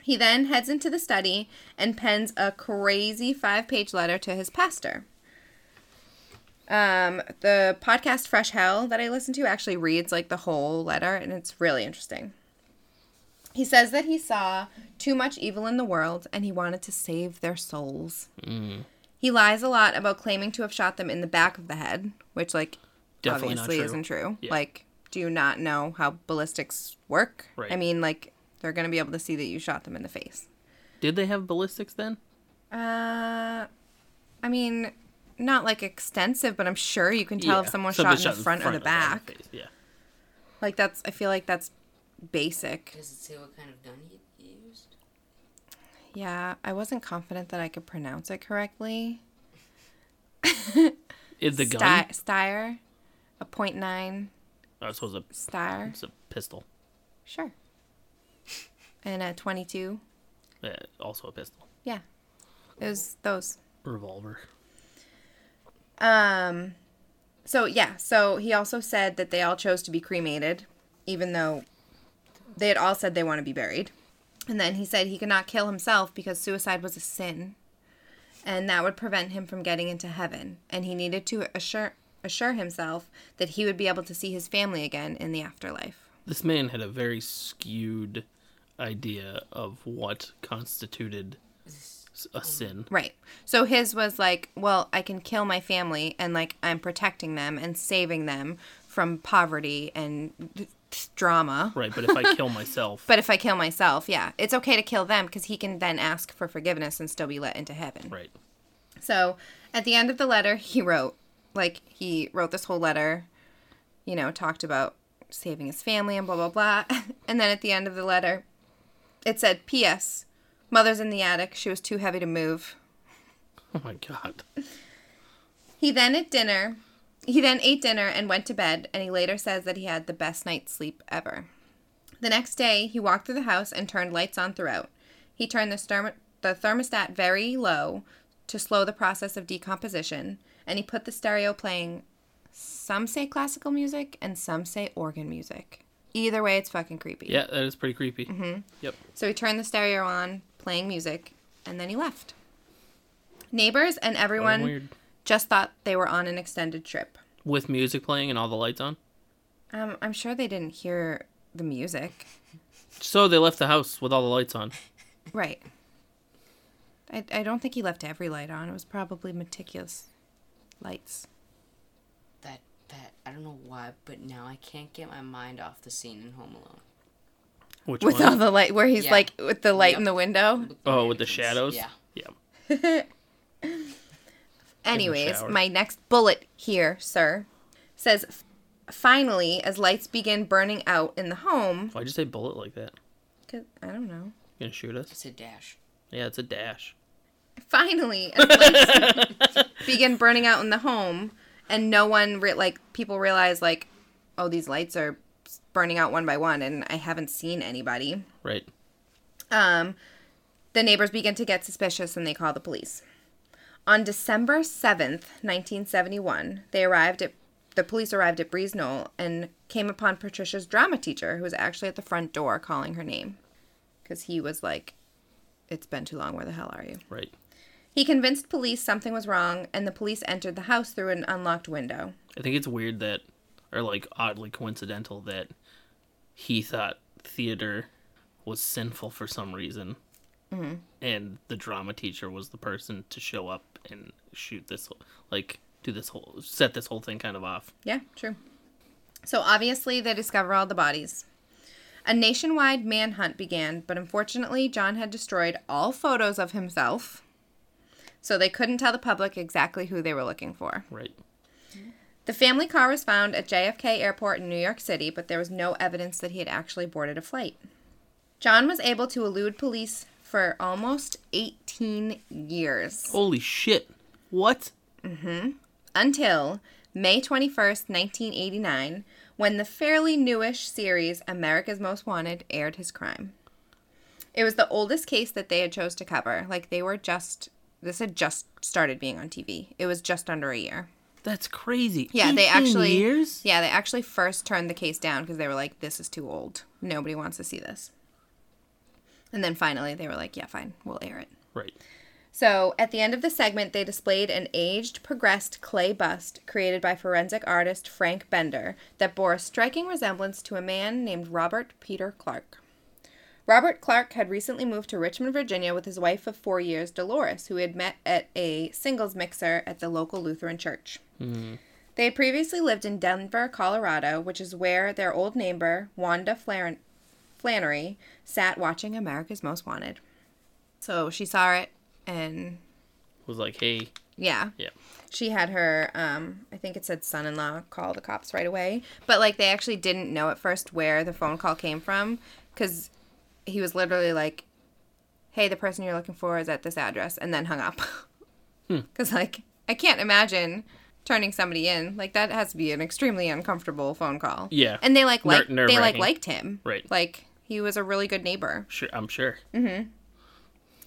[SPEAKER 1] he then heads into the study and pens a crazy five page letter to his pastor. Um, the podcast Fresh Hell that I listen to actually reads like the whole letter, and it's really interesting. He says that he saw too much evil in the world and he wanted to save their souls.
[SPEAKER 2] Mm.
[SPEAKER 1] He lies a lot about claiming to have shot them in the back of the head, which, like,
[SPEAKER 2] Definitely not
[SPEAKER 1] obviously
[SPEAKER 2] true.
[SPEAKER 1] isn't true.
[SPEAKER 2] Yeah.
[SPEAKER 1] Like, do you not know how ballistics work?
[SPEAKER 2] Right.
[SPEAKER 1] I mean, like, they're going to be able to see that you shot them in the face.
[SPEAKER 2] Did they have ballistics then?
[SPEAKER 1] Uh, I mean, not like extensive, but I'm sure you can tell if
[SPEAKER 2] Yeah.
[SPEAKER 1] someone
[SPEAKER 2] Somebody
[SPEAKER 1] shot in the front, or the back.
[SPEAKER 2] face, Yeah.
[SPEAKER 1] like, that's, I feel like that's basic.
[SPEAKER 3] Does it say what kind of gun he he used?
[SPEAKER 1] Yeah, I wasn't confident that I could pronounce it correctly.
[SPEAKER 2] Is the gun?
[SPEAKER 1] Sty- Steyr, a point nine
[SPEAKER 2] Oh, so it was a,
[SPEAKER 1] Steyr,
[SPEAKER 2] it's a pistol.
[SPEAKER 1] sure, and a twenty-two.
[SPEAKER 2] Yeah, also a pistol.
[SPEAKER 1] Yeah, it was those.
[SPEAKER 2] Revolver.
[SPEAKER 1] Um, so yeah, so he also said that they all chose to be cremated, even though they had all said they want to be buried. And then he said he could not kill himself because suicide was a sin, and that would prevent him from getting into heaven. And he needed to assure assure himself that he would be able to see his family again in the afterlife.
[SPEAKER 2] This man had a very skewed idea of what constituted s-
[SPEAKER 1] Mm.
[SPEAKER 2] a sin.
[SPEAKER 1] Right. So his was like, well, I can kill my family and like I'm protecting them and saving them from poverty and d- drama.
[SPEAKER 2] Right, but if I kill myself,
[SPEAKER 1] But if I kill myself, yeah, it's okay to kill them because he can then ask for forgiveness and still be let into heaven.
[SPEAKER 2] right.
[SPEAKER 1] So at the end of the letter, he wrote, like, he wrote this whole letter, you know, talked about saving his family and blah, blah, blah. And then at the end of the letter, it said, P.S. Mother's in the attic. She was too heavy to move.
[SPEAKER 2] Oh my god.
[SPEAKER 1] He then at dinner, he then ate dinner and went to bed, and he later says that he had the best night's sleep ever. The next day, he walked through the house and turned lights on throughout. He turned the, therm- the thermostat very low to slow the process of decomposition, and he put the stereo playing some say classical music and some say organ music. Either way, it's fucking creepy.
[SPEAKER 2] Yeah, that is pretty creepy. Mm-hmm. Yep.
[SPEAKER 1] So he turned the stereo on, playing music, and then he left. Neighbors and everyone
[SPEAKER 2] weird.
[SPEAKER 1] just thought they were on an extended trip.
[SPEAKER 2] With music playing and all the lights on.
[SPEAKER 1] Um, I'm sure they didn't hear the music.
[SPEAKER 2] So they left the house with all the lights on.
[SPEAKER 1] Right. I, I don't think he left every light on. It was probably meticulous lights.
[SPEAKER 3] That that I don't know why, but now I can't get my mind off the scene in Home Alone.
[SPEAKER 2] Which
[SPEAKER 1] With
[SPEAKER 2] one?
[SPEAKER 1] all the light, where he's
[SPEAKER 3] Yeah.
[SPEAKER 1] like with the light in
[SPEAKER 3] Yep.
[SPEAKER 1] the window.
[SPEAKER 3] With
[SPEAKER 2] oh, with the
[SPEAKER 3] mannequins.
[SPEAKER 2] shadows?
[SPEAKER 3] Yeah.
[SPEAKER 2] Yeah.
[SPEAKER 1] Anyways,
[SPEAKER 2] shower.
[SPEAKER 1] my next bullet here, sir, says finally, as lights begin burning out in the home.
[SPEAKER 2] Why'd you say bullet like that?
[SPEAKER 1] 'cause- I don't know.
[SPEAKER 2] You gonna shoot us?
[SPEAKER 3] It's a dash.
[SPEAKER 2] Yeah, it's a dash.
[SPEAKER 1] Finally, as lights begin burning out in the home, and no one re- like people realize like, oh, these lights are burning out one by one, and I haven't seen anybody.
[SPEAKER 2] Right.
[SPEAKER 1] Um, the neighbors begin to get suspicious, and they call the police. On December seventh, nineteen seventy-one, they arrived at the police arrived at Breeze Knoll and came upon Patricia's drama teacher, who was actually at the front door calling her name, because he was like, "It's been too long. Where the hell are you?"
[SPEAKER 2] Right.
[SPEAKER 1] He convinced police something was wrong, and the police entered the house through an unlocked window.
[SPEAKER 2] I think it's weird that, or like oddly coincidental that he thought theater was sinful for some reason,
[SPEAKER 1] Mm-hmm.
[SPEAKER 2] and the drama teacher was the person to show up and shoot this, like do this whole set this whole thing kind of off.
[SPEAKER 1] Yeah, true. So obviously, they discover all the bodies. A nationwide manhunt began, but unfortunately, John had destroyed all photos of himself, so they couldn't tell the public exactly who they were looking for.
[SPEAKER 2] Right.
[SPEAKER 1] The family car was found at JFK Airport in New York City, but there was no evidence that he had actually boarded a flight. John was able to elude police for almost 18 years.
[SPEAKER 2] Holy shit! What?
[SPEAKER 1] until May 21st, 1989, when the fairly newish series America's Most Wanted aired his crime. It was the oldest case that they had chose to cover. Like they were just this had just started being on TV. It was just under a year.
[SPEAKER 2] That's crazy.
[SPEAKER 1] Yeah, they
[SPEAKER 2] 18
[SPEAKER 1] actually
[SPEAKER 2] years.
[SPEAKER 1] Yeah, they actually first turned the case down because they were like this is too old. Nobody wants to see this. And then finally they were like, yeah, fine. We'll air it.
[SPEAKER 2] Right.
[SPEAKER 1] So, at the end of the segment, they displayed an aged, progressed clay bust created by forensic artist Frank Bender that bore a striking resemblance to a man named Robert Peter Clark. Robert Clark had recently moved to Richmond, Virginia with his wife of four years, Dolores, who he had met at a singles mixer at the local Lutheran church. They had previously lived in Denver, Colorado, which is where their old neighbor, Wanda Flann- Flannery, sat watching America's Most Wanted. So she saw it and
[SPEAKER 2] Was like, hey,
[SPEAKER 1] yeah.
[SPEAKER 2] yeah,
[SPEAKER 1] She had her um I think it said son-in-law call the cops right away, but like they actually didn't know at first where the phone call came from cuz he was literally like hey, the person you're looking for is at this address and then hung up.
[SPEAKER 2] Hmm.
[SPEAKER 1] Cuz like I can't imagine turning somebody in. Like that has to be an extremely uncomfortable phone call.
[SPEAKER 2] Yeah.
[SPEAKER 1] And they like
[SPEAKER 2] Ner-
[SPEAKER 1] like they like
[SPEAKER 2] nerve-wracking.
[SPEAKER 1] liked him.
[SPEAKER 2] Right.
[SPEAKER 1] Like he was a really good neighbor.
[SPEAKER 2] sure, I'm sure.
[SPEAKER 1] Mm-hmm.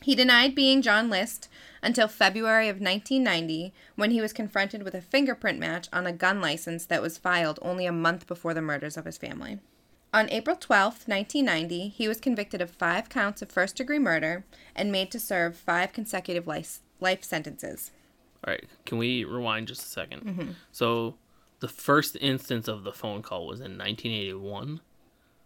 [SPEAKER 1] He denied being John List until February of 1990 when he was confronted with a fingerprint match on a gun license that was filed only a month before the murders of his family. On April 12, 1990, he was convicted of five counts of first degree murder and made to serve five consecutive life, life sentences.
[SPEAKER 2] All right, can we rewind just a 2nd
[SPEAKER 1] Mm-hmm.
[SPEAKER 2] So, the first instance of the phone call was in 1981.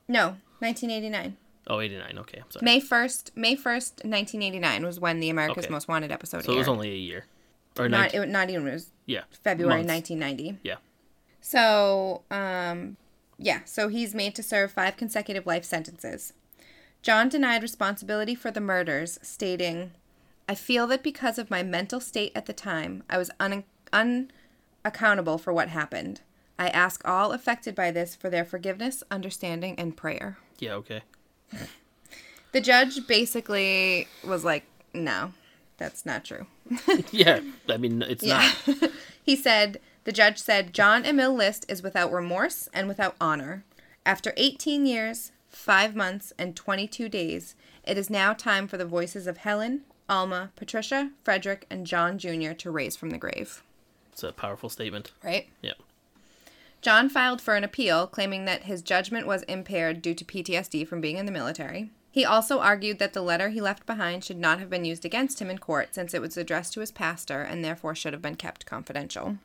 [SPEAKER 1] No, 1989.
[SPEAKER 2] Oh, 89. Okay, I'm sorry.
[SPEAKER 1] May 1st, May 1st, 1989 was when the America's
[SPEAKER 2] Okay.
[SPEAKER 1] Most Wanted episode
[SPEAKER 2] so it
[SPEAKER 1] aired.
[SPEAKER 2] was only a year, or
[SPEAKER 1] not,
[SPEAKER 2] 19,
[SPEAKER 1] it, not even, it was
[SPEAKER 2] yeah,
[SPEAKER 1] February
[SPEAKER 2] months.
[SPEAKER 1] 1990.
[SPEAKER 2] Yeah,
[SPEAKER 1] So, um, yeah, so he's made to serve five consecutive life sentences. John denied responsibility for the murders, stating, I feel that because of my mental state at the time, I was un- unaccountable for what happened. I ask all affected by this for their forgiveness, understanding, and prayer.
[SPEAKER 2] yeah. Okay.
[SPEAKER 1] The judge basically was like, no, that's not true.
[SPEAKER 2] Yeah. I mean, it's
[SPEAKER 1] Yeah.
[SPEAKER 2] not.
[SPEAKER 1] he said, the judge said, John Emil List is without remorse and without honor. After 18 years, 5 months, and 22 days, it is now time for the voices of Helen, Alma, Patricia, Frederick, and John Jr. to raise from the grave.
[SPEAKER 2] It's a powerful statement.
[SPEAKER 1] Right?
[SPEAKER 2] Yeah.
[SPEAKER 1] John filed for an appeal, claiming that his judgment was impaired due to PTSD from being in the military. He also argued that the letter he left behind should not have been used against him in court since it was addressed to his pastor and therefore should have been kept confidential.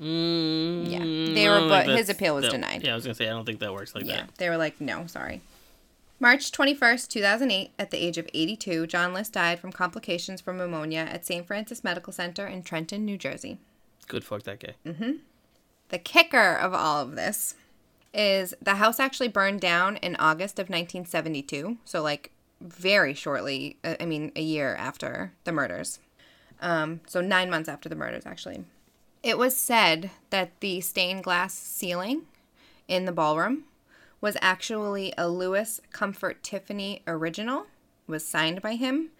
[SPEAKER 2] Mm,
[SPEAKER 1] Yeah. They were
[SPEAKER 2] I don't
[SPEAKER 1] but
[SPEAKER 2] think
[SPEAKER 1] his
[SPEAKER 2] that's-
[SPEAKER 1] appeal was
[SPEAKER 2] that-
[SPEAKER 1] denied.
[SPEAKER 2] Yeah, I was gonna say I don't think that works like
[SPEAKER 1] Yeah,
[SPEAKER 2] that.
[SPEAKER 1] they were like, no, sorry. March 21st, 2008, at the age of 82, John List died from complications from pneumonia at St. Francis Medical Center in Trenton, New Jersey.
[SPEAKER 2] Good fuck that guy.
[SPEAKER 1] Mm-hmm. The kicker of all of this is the house actually burned down in August of 1972. So, like, very shortly, uh, I mean, a year after the murders. Um, so, nine months after the murders, actually. It was said that the stained glass ceiling in the ballroom was actually a Lewis Comfort Tiffany original, was signed by him.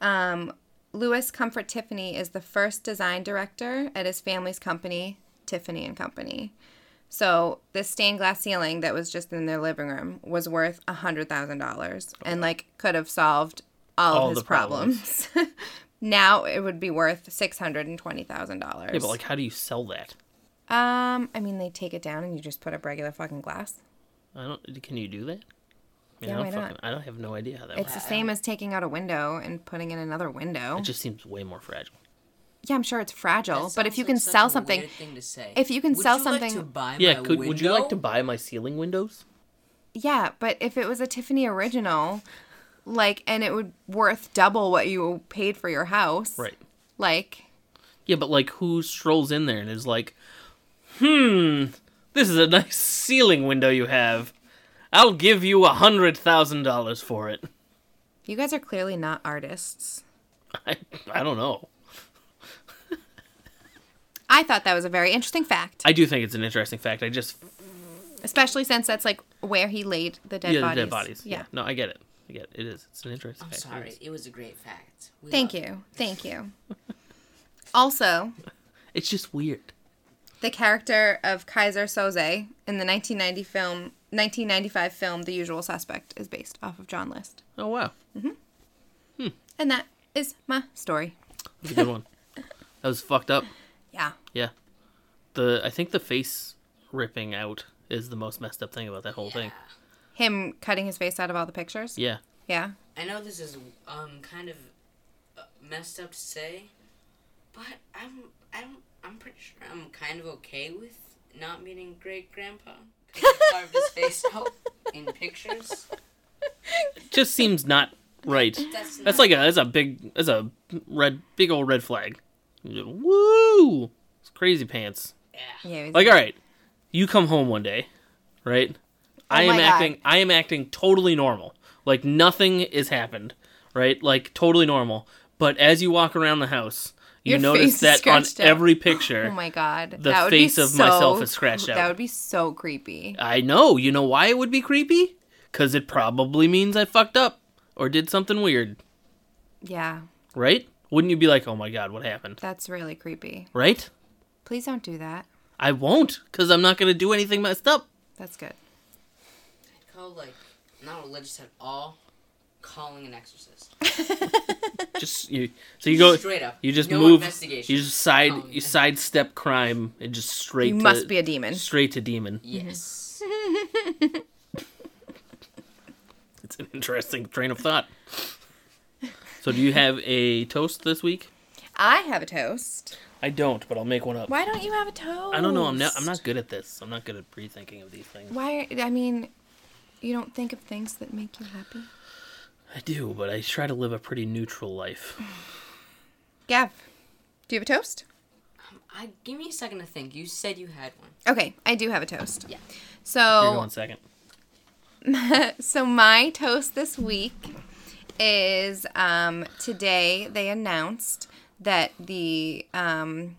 [SPEAKER 1] Um, Lewis Comfort Tiffany is the first design director at his family's company, Tiffany and Company. So this stained glass ceiling that was just in their living room was worth a hundred thousand dollars, and like could have solved all,
[SPEAKER 2] All
[SPEAKER 1] of his
[SPEAKER 2] the problems.
[SPEAKER 1] problems. now it would be worth six hundred and twenty thousand dollars.
[SPEAKER 2] Yeah, but like, how do you sell that?
[SPEAKER 1] Um, I mean, they take it down and you just put up regular fucking glass.
[SPEAKER 2] I don't. Can you do that? I
[SPEAKER 1] Yeah,
[SPEAKER 2] mean, I don't
[SPEAKER 1] why not?
[SPEAKER 2] fucking- I don't have no idea how that
[SPEAKER 1] It's
[SPEAKER 2] works.
[SPEAKER 1] the same as taking out a window and putting in another window.
[SPEAKER 2] It just seems way more fragile.
[SPEAKER 1] Yeah, I'm sure it's fragile, Oh,
[SPEAKER 3] That
[SPEAKER 1] but if
[SPEAKER 3] sounds
[SPEAKER 1] you
[SPEAKER 3] like
[SPEAKER 1] can
[SPEAKER 3] such
[SPEAKER 1] sell
[SPEAKER 3] a
[SPEAKER 1] something,
[SPEAKER 3] weird thing to say.
[SPEAKER 1] if you can
[SPEAKER 3] Would
[SPEAKER 1] sell
[SPEAKER 3] you like to
[SPEAKER 1] something-
[SPEAKER 3] buy
[SPEAKER 2] Yeah.
[SPEAKER 3] my
[SPEAKER 2] Could would you like to
[SPEAKER 3] window?
[SPEAKER 2] buy my ceiling windows?
[SPEAKER 1] yeah, but if it was a Tiffany original, like, and it would worth double what you paid for your house,
[SPEAKER 2] Right.
[SPEAKER 1] Like,
[SPEAKER 2] Yeah, but like who strolls in there and is like, hmm, this is a nice ceiling window you have. I'll give you a hundred thousand dollars for it.
[SPEAKER 1] you guys are clearly not artists.
[SPEAKER 2] I, I don't know.
[SPEAKER 1] I thought that was a very interesting fact,
[SPEAKER 2] I do think it's an interesting fact. I just
[SPEAKER 1] especially since that's like where he laid the dead
[SPEAKER 2] yeah,
[SPEAKER 1] bodies.
[SPEAKER 2] the dead bodies. Yeah.
[SPEAKER 1] yeah.
[SPEAKER 2] no, I get it. I get it. It is. It's an interesting
[SPEAKER 3] I'm
[SPEAKER 2] fact. It
[SPEAKER 3] sorry.
[SPEAKER 2] is.
[SPEAKER 3] It was a great fact. We
[SPEAKER 1] Thank
[SPEAKER 3] love it.
[SPEAKER 1] you. Thank you. also,
[SPEAKER 2] It's just weird.
[SPEAKER 1] the character of Kaiser Soze in the 1990 film, 1995 film The Usual Suspect is based off of John List.
[SPEAKER 2] Oh wow,
[SPEAKER 1] And that is my story.
[SPEAKER 2] that's a good one. That was fucked up.
[SPEAKER 1] Yeah.
[SPEAKER 2] Yeah, the I think the face ripping out is the most messed up thing about that whole thing.
[SPEAKER 1] Him cutting his face out of all the pictures.
[SPEAKER 2] Yeah,
[SPEAKER 1] Yeah.
[SPEAKER 3] I know this is um kind of uh, messed up to say, but I'm I'm I'm pretty sure I'm kind of okay with not meeting great grandpa. Carved his face out in pictures.
[SPEAKER 2] it just seems not right.
[SPEAKER 3] That's,
[SPEAKER 2] That's
[SPEAKER 3] not-
[SPEAKER 2] like a that's a big that's a red big old red flag. Woo! It's crazy pants.
[SPEAKER 3] yeah.
[SPEAKER 1] Yeah. he's-
[SPEAKER 2] Like all right, you come home one day, right? I
[SPEAKER 1] Oh my
[SPEAKER 2] am
[SPEAKER 1] God.
[SPEAKER 2] acting I am acting totally normal. Like nothing has happened, right? Like totally normal. But as you walk around the house, you
[SPEAKER 1] Your face
[SPEAKER 2] notice
[SPEAKER 1] is
[SPEAKER 2] that on
[SPEAKER 1] scratched out.
[SPEAKER 2] every picture
[SPEAKER 1] oh my god.
[SPEAKER 2] the
[SPEAKER 1] that would
[SPEAKER 2] face
[SPEAKER 1] be
[SPEAKER 2] of
[SPEAKER 1] so,
[SPEAKER 2] myself is scratched
[SPEAKER 1] cre-
[SPEAKER 2] out.
[SPEAKER 1] That would be so creepy.
[SPEAKER 2] I know. You know why it would be creepy? Cuz it probably means I fucked up or did something weird,
[SPEAKER 1] Yeah.
[SPEAKER 2] right? Wouldn't you be like, "Oh my god, what happened?"
[SPEAKER 1] That's really creepy.
[SPEAKER 2] Right?
[SPEAKER 1] Please don't do that.
[SPEAKER 2] I won't, because I'm not going to do anything messed up.
[SPEAKER 1] That's good.
[SPEAKER 3] I call like not religious at all. Calling an exorcist.
[SPEAKER 2] Just you. So you go.
[SPEAKER 3] straight up.
[SPEAKER 2] You just
[SPEAKER 3] no
[SPEAKER 2] move.
[SPEAKER 3] Investigation.
[SPEAKER 2] You just side.
[SPEAKER 3] Oh,
[SPEAKER 2] You
[SPEAKER 3] yeah.
[SPEAKER 2] sidestep crime and just straight.
[SPEAKER 1] You
[SPEAKER 2] to,
[SPEAKER 1] must be a demon.
[SPEAKER 2] straight to demon.
[SPEAKER 3] Yes.
[SPEAKER 2] It's an interesting train of thought. So do you have a toast this week?
[SPEAKER 1] I have a toast.
[SPEAKER 2] I don't, but I'll make one up.
[SPEAKER 1] Why don't you have a toast?
[SPEAKER 2] I don't know. I'm not. I'm not good at this. I'm not good at pre-thinking of these things.
[SPEAKER 1] Why? I mean, you don't think of things that make you happy.
[SPEAKER 2] I do, but I try to live a pretty neutral life.
[SPEAKER 1] Gav, do you have a toast?
[SPEAKER 3] Um, I give me a second to think. You said you had one.
[SPEAKER 1] Okay, I do have a toast.
[SPEAKER 3] Yeah. Oh.
[SPEAKER 2] Here,
[SPEAKER 1] So,
[SPEAKER 2] one second.
[SPEAKER 1] so my toast this week is um, today they announced that the um,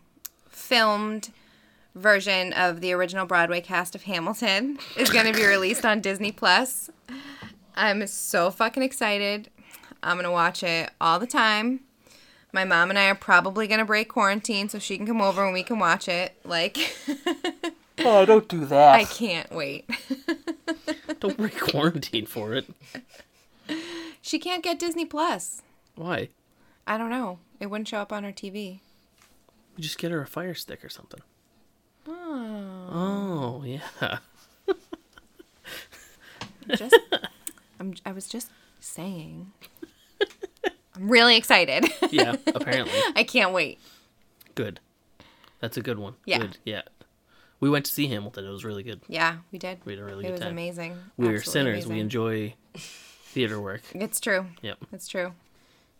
[SPEAKER 1] filmed version of the original Broadway cast of Hamilton is going to be released on Disney Plus. I'm so fucking excited. I'm going to watch it all the time. My mom and I are probably going to break quarantine so she can come over and we can watch it. Like
[SPEAKER 2] Oh, don't do that.
[SPEAKER 1] I can't wait.
[SPEAKER 2] Don't break quarantine for it.
[SPEAKER 1] She can't get Disney Plus.
[SPEAKER 2] Why?
[SPEAKER 1] I don't know. It wouldn't show up on her TV.
[SPEAKER 2] You just get her a fire stick or something.
[SPEAKER 1] Oh,
[SPEAKER 2] Oh yeah.
[SPEAKER 1] just I'm, I was just saying. I'm really excited.
[SPEAKER 2] yeah, apparently.
[SPEAKER 1] I can't wait.
[SPEAKER 2] Good. That's a good one.
[SPEAKER 1] Yeah.
[SPEAKER 2] Good. Yeah. We went to see Hamilton. It was really good.
[SPEAKER 1] Yeah, we did.
[SPEAKER 2] We had a really
[SPEAKER 1] it
[SPEAKER 2] good
[SPEAKER 1] was
[SPEAKER 2] time.
[SPEAKER 1] amazing.
[SPEAKER 2] We're
[SPEAKER 1] Absolutely
[SPEAKER 2] sinners. We
[SPEAKER 1] amazing.
[SPEAKER 2] enjoy theater work.
[SPEAKER 1] It's true.
[SPEAKER 2] Yep.
[SPEAKER 1] It's true.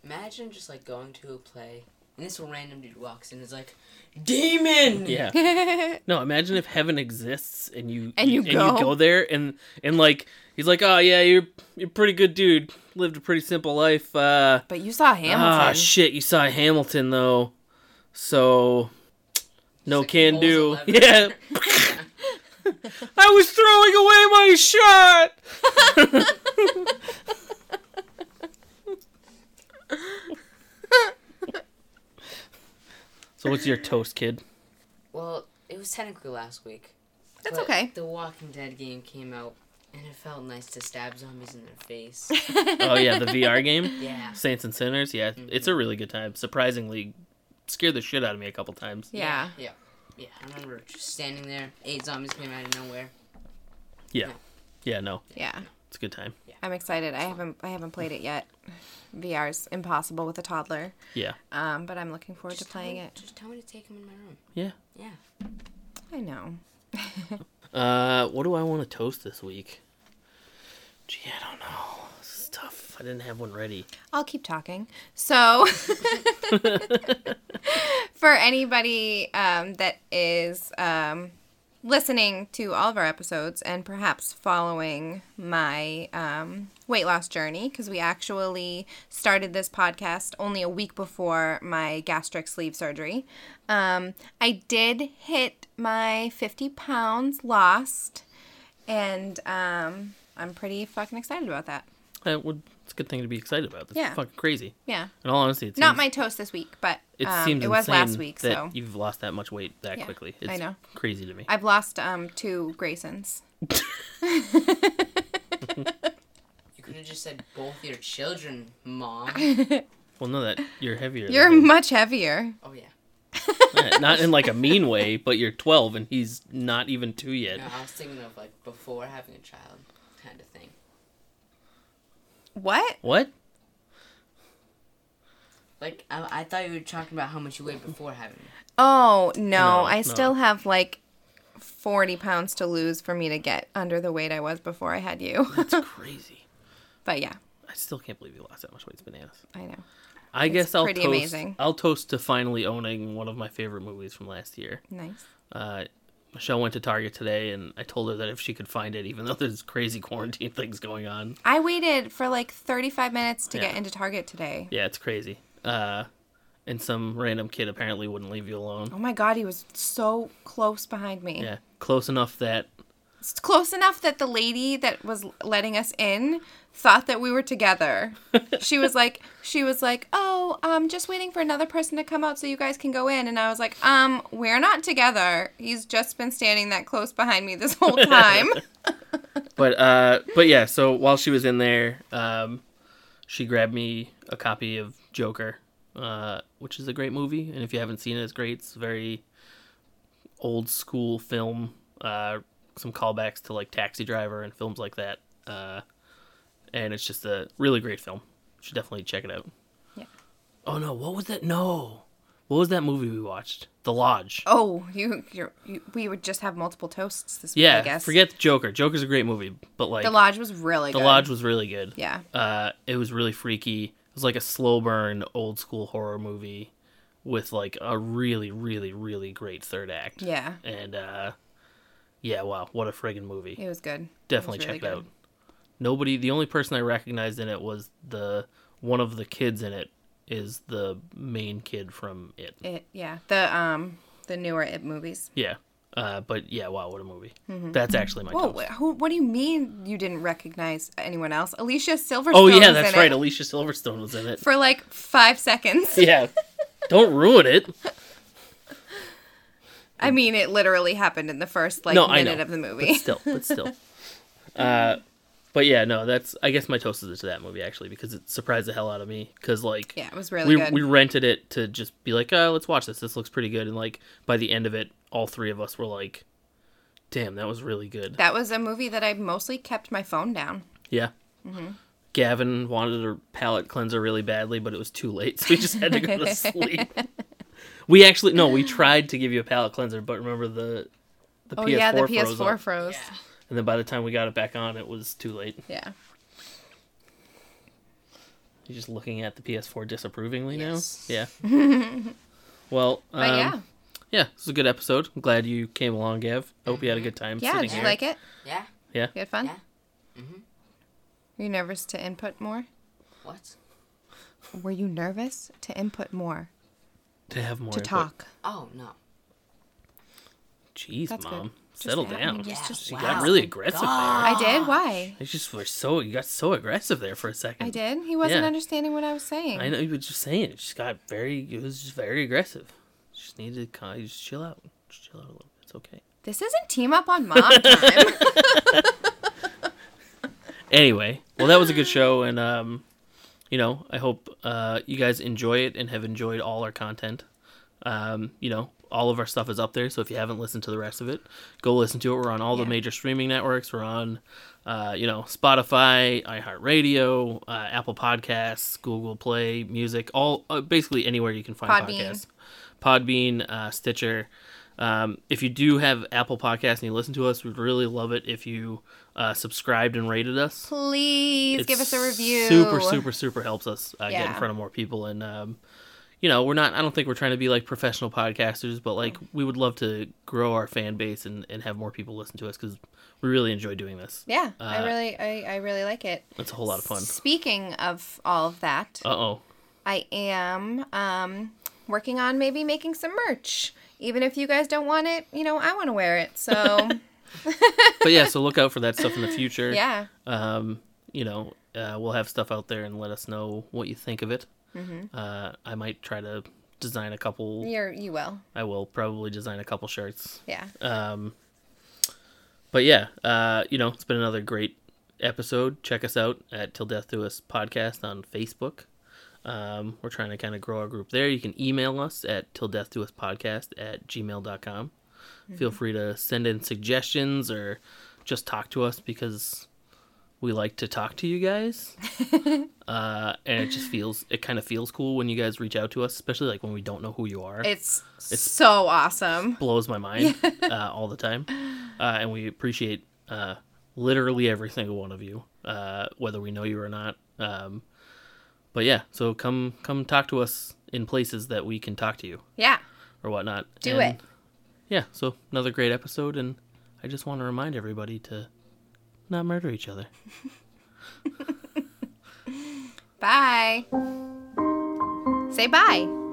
[SPEAKER 3] Imagine just like going to a play and this random dude walks in and is like, Demon!
[SPEAKER 2] Yeah. No, imagine if heaven exists and you
[SPEAKER 1] And you go.
[SPEAKER 2] there and and like he's like, "Oh yeah, you're you're a pretty good dude. Lived a pretty simple life. Uh
[SPEAKER 1] But you saw Hamilton.
[SPEAKER 2] Ah shit, you saw Hamilton though. So no
[SPEAKER 3] like
[SPEAKER 2] can
[SPEAKER 3] balls
[SPEAKER 2] do.
[SPEAKER 3] of leather.
[SPEAKER 2] Yeah. I was throwing away my shot. so what's your toast, kid?
[SPEAKER 3] Well, it was technically last week.
[SPEAKER 1] That's
[SPEAKER 3] but
[SPEAKER 1] okay.
[SPEAKER 3] The Walking Dead game came out and it felt nice to stab zombies in their face.
[SPEAKER 2] Oh yeah, the VR game,
[SPEAKER 3] yeah.
[SPEAKER 2] Saints and Sinners. Yeah,
[SPEAKER 1] Mm-hmm.
[SPEAKER 2] it's a really good time. Surprisingly, scared the shit out of me a couple times.
[SPEAKER 1] Yeah.
[SPEAKER 3] Yeah. Yeah. I remember just standing there, eight zombies came out of nowhere.
[SPEAKER 2] Yeah, yeah, no,
[SPEAKER 1] Yeah.
[SPEAKER 2] it's a good time.
[SPEAKER 1] I'm excited. I haven't I haven't played it yet. VR's impossible with a toddler.
[SPEAKER 2] Yeah,
[SPEAKER 1] Um, but I'm looking forward to
[SPEAKER 3] tell
[SPEAKER 1] playing
[SPEAKER 3] me-
[SPEAKER 1] it.
[SPEAKER 3] Just tell me to take them in my room.
[SPEAKER 2] yeah.
[SPEAKER 3] Yeah.
[SPEAKER 1] I know.
[SPEAKER 2] Uh, what do I want to toast this week? Gee, I don't know. This is tough. I didn't have one ready.
[SPEAKER 1] I'll keep talking. So, for anybody um, that is um, listening to all of our episodes and perhaps following my um, weight loss journey, because we actually started this podcast only a week before my gastric sleeve surgery, um, I did hit my 50 pounds lost, and um, I'm pretty fucking excited about that.
[SPEAKER 2] That would Uh, it's a good thing to be excited about. That's
[SPEAKER 1] Yeah.
[SPEAKER 2] fucking crazy.
[SPEAKER 1] Yeah.
[SPEAKER 2] In all honesty, it's
[SPEAKER 1] Not my toast this week, but
[SPEAKER 2] It
[SPEAKER 1] um,
[SPEAKER 2] seems
[SPEAKER 1] it was
[SPEAKER 2] insane
[SPEAKER 1] last week,
[SPEAKER 2] that
[SPEAKER 1] so
[SPEAKER 2] you've lost that much weight that
[SPEAKER 1] Yeah,
[SPEAKER 2] quickly.
[SPEAKER 1] I
[SPEAKER 2] It's
[SPEAKER 1] know.
[SPEAKER 2] crazy to me.
[SPEAKER 1] I've lost um two Graysons.
[SPEAKER 3] You could have just said both your children, mom.
[SPEAKER 2] well, no, that you're heavier. than
[SPEAKER 1] You're
[SPEAKER 2] him.
[SPEAKER 1] much heavier.
[SPEAKER 3] Oh yeah.
[SPEAKER 2] Yeah, not in like a mean way, but you're 12 and he's not even two yet.
[SPEAKER 3] No, I was thinking of like before having a child, kind of thing.
[SPEAKER 1] What?
[SPEAKER 2] What?
[SPEAKER 3] Like I, I thought you were talking about how much you weighed before having.
[SPEAKER 1] Oh no,
[SPEAKER 2] No,
[SPEAKER 1] I
[SPEAKER 2] no.
[SPEAKER 1] still have like forty pounds to lose for me to get under the weight I was before I had you.
[SPEAKER 2] That's crazy.
[SPEAKER 1] but yeah,
[SPEAKER 2] I still can't believe you lost that much weight. It's bananas.
[SPEAKER 1] I know.
[SPEAKER 2] I guess I'll
[SPEAKER 1] pretty
[SPEAKER 2] toast.
[SPEAKER 1] amazing.
[SPEAKER 2] I'll toast to finally owning one of my favorite movies from last year.
[SPEAKER 1] Nice.
[SPEAKER 2] Uh, Michelle went to Target today, and I told her that if she could find it, even though there's crazy quarantine things going on.
[SPEAKER 1] I waited for like thirty five minutes to get
[SPEAKER 2] Yeah.
[SPEAKER 1] into Target today.
[SPEAKER 2] Yeah, it's crazy. Uh, and some random kid apparently wouldn't leave you alone.
[SPEAKER 1] Oh my god, he was so close behind me.
[SPEAKER 2] Yeah, close enough that
[SPEAKER 1] It's close enough that the lady that was letting us in thought that we were together. she was like, she was like, oh, I'm just waiting for another person to come out so you guys can go in. And I was like, um, we're not together. He's just been standing that close behind me this whole time.
[SPEAKER 2] but uh but yeah so while she was in there um she grabbed me a copy of joker uh which is a great movie and if you haven't seen it it's great it's a very old school film uh some callbacks to like taxi driver and films like that uh and it's just a really great film you should definitely check it out
[SPEAKER 1] Yeah.
[SPEAKER 2] oh no what was that no what was that movie we watched the lodge
[SPEAKER 1] oh, you, you're, you, we would just have multiple toasts this week, I
[SPEAKER 2] yeah
[SPEAKER 1] guess.
[SPEAKER 2] forget joker joker's a great movie but like
[SPEAKER 1] the lodge was really
[SPEAKER 2] the
[SPEAKER 1] good.
[SPEAKER 2] lodge was really good
[SPEAKER 1] Yeah.
[SPEAKER 2] uh, it was really freaky. It was like a slow burn, old school horror movie with like a really, really, really great third act.
[SPEAKER 1] Yeah.
[SPEAKER 2] And uh, yeah, wow, what a friggin' movie!
[SPEAKER 1] It was good.
[SPEAKER 2] Definitely
[SPEAKER 1] was
[SPEAKER 2] check
[SPEAKER 1] really
[SPEAKER 2] it out.
[SPEAKER 1] good.
[SPEAKER 2] Nobody, the only person I recognized in it was the one of the kids in it is the main kid from it.
[SPEAKER 1] It, yeah. The, um, the newer It movies.
[SPEAKER 2] Yeah. Uh, but yeah, wow, what a movie! That's actually my.
[SPEAKER 1] Mm-hmm. Whoa,
[SPEAKER 2] toast.
[SPEAKER 1] wh- who, what do you mean you didn't recognize anyone else? Alicia Silverstone.
[SPEAKER 2] Oh
[SPEAKER 1] was
[SPEAKER 2] yeah,
[SPEAKER 1] in
[SPEAKER 2] that's
[SPEAKER 1] it.
[SPEAKER 2] right. Alicia Silverstone was in it.
[SPEAKER 1] for like five seconds.
[SPEAKER 2] yeah. Don't ruin it.
[SPEAKER 1] I mean, it literally happened in the first like
[SPEAKER 2] No, I
[SPEAKER 1] minute
[SPEAKER 2] know,
[SPEAKER 1] of the
[SPEAKER 2] but
[SPEAKER 1] movie.
[SPEAKER 2] still, but still. uh, but yeah, no, that's I guess my toast is to that movie actually because it surprised the hell out of me because like
[SPEAKER 1] yeah, it was really
[SPEAKER 2] we
[SPEAKER 1] good.
[SPEAKER 2] we rented it to just be like, oh, let's watch this. This looks pretty good, and like by the end of it, all three of us were like, damn, that was really good.
[SPEAKER 1] that was a movie that I mostly kept my phone down.
[SPEAKER 2] yeah.
[SPEAKER 1] Mm-hmm.
[SPEAKER 2] Gavin wanted a palate cleanser really badly, but it was too late, so we just had to go to sleep. We actually no, we tried to give you a palate cleanser, but remember the the
[SPEAKER 1] Oh
[SPEAKER 2] PS4
[SPEAKER 1] yeah, the
[SPEAKER 2] froze
[SPEAKER 1] PS4
[SPEAKER 2] up.
[SPEAKER 1] froze.
[SPEAKER 3] Yeah.
[SPEAKER 2] And then by the time we got it back on, it was too late.
[SPEAKER 1] Yeah.
[SPEAKER 2] You're just looking at the PS4 disapprovingly
[SPEAKER 3] Yes.
[SPEAKER 2] now? Yeah. well, um,
[SPEAKER 1] But
[SPEAKER 2] yeah. this is a good episode. I'm glad you came along, Gav. I hope you had a good time
[SPEAKER 1] yeah, yeah.
[SPEAKER 2] sitting
[SPEAKER 1] Did you
[SPEAKER 2] here.
[SPEAKER 1] like it?
[SPEAKER 3] Yeah.
[SPEAKER 1] You had fun?
[SPEAKER 3] Yeah.
[SPEAKER 1] Were you nervous to input more?
[SPEAKER 3] What?
[SPEAKER 1] Were you nervous to input more?
[SPEAKER 2] to have more
[SPEAKER 1] To
[SPEAKER 2] input.
[SPEAKER 1] talk.
[SPEAKER 3] Oh no.
[SPEAKER 2] Jeez,
[SPEAKER 1] That's good.
[SPEAKER 2] mom,
[SPEAKER 1] Just
[SPEAKER 2] settle
[SPEAKER 1] that, I
[SPEAKER 2] down.
[SPEAKER 1] mean, just-
[SPEAKER 3] Yeah,
[SPEAKER 1] just-
[SPEAKER 2] She
[SPEAKER 3] wow.
[SPEAKER 2] got really aggressive
[SPEAKER 3] God.
[SPEAKER 1] I did? Why?
[SPEAKER 2] there. You just were so you got so aggressive there for a second.
[SPEAKER 1] I did? He wasn't
[SPEAKER 2] Yeah.
[SPEAKER 1] understanding what I was saying.
[SPEAKER 2] I know you were just saying it. She got very. It was just very aggressive. She just needed to kind just chill out. Just chill out a little. It's okay.
[SPEAKER 1] This isn't team up on mom time.
[SPEAKER 2] anyway well that was a good show and um you know i hope uh you guys enjoy it and have enjoyed all our content um you know all of our stuff is up there so if you haven't listened to the rest of it go listen to it we're on all
[SPEAKER 1] Yeah.
[SPEAKER 2] the major streaming networks we're on uh you know spotify iheartradio uh, apple podcasts google play music all uh, basically anywhere you can find
[SPEAKER 1] Podbean.
[SPEAKER 2] podcasts podbean uh, stitcher um, if you do have apple podcasts and you listen to us we'd really love it if you uh, subscribed and rated us
[SPEAKER 1] Please give us
[SPEAKER 2] it's
[SPEAKER 1] a review.
[SPEAKER 2] Super, super, super helps us uh, get in
[SPEAKER 1] Yeah.
[SPEAKER 2] front of more people. And, um, you know, we're not, I don't think we're trying to be like professional podcasters, but like we would love to grow our fan base and, and have more people listen to us because we really enjoy doing this.
[SPEAKER 1] Yeah,
[SPEAKER 2] Uh,
[SPEAKER 1] I really, I, I really like it.
[SPEAKER 2] It's a whole lot of fun.
[SPEAKER 1] Speaking of all of that,
[SPEAKER 2] Uh oh.
[SPEAKER 1] I am um, working on maybe making some merch. Even if you guys don't want it, you know, I want to wear it. So,
[SPEAKER 2] But yeah, so look out for that stuff in the future.
[SPEAKER 1] yeah.
[SPEAKER 2] Um, you know, uh, Uh, we'll have stuff out there and let us know what you think of it.
[SPEAKER 1] Mm-hmm.
[SPEAKER 2] Uh, I might try to design a couple.
[SPEAKER 1] You're you will.
[SPEAKER 2] I will probably design a couple shirts.
[SPEAKER 1] Yeah.
[SPEAKER 2] Um, but yeah, uh, you know, it's been another great episode. Check us out at Till Death Do Us podcast on Facebook. Um, we're trying to kind of grow our group there. You can email us at Till Death Do Us podcast at gmail.com. Feel free to send in suggestions or just talk to us because we like to talk to you guys. uh, and it just feels, it kind of feels cool when you guys reach out to us, especially like when we don't know who you are
[SPEAKER 1] It's, so awesome.
[SPEAKER 2] blows my mind uh, all the time. Uh, and we appreciate uh, literally every single one of you, uh, whether we know you or not. Um, but yeah, so come come talk to us in places that we can talk to you
[SPEAKER 1] Yeah.
[SPEAKER 2] or whatnot.
[SPEAKER 1] Do
[SPEAKER 2] And,
[SPEAKER 1] it.
[SPEAKER 2] Yeah, so another great episode, and I just want to remind everybody to not murder each other.
[SPEAKER 1] Bye. Say bye.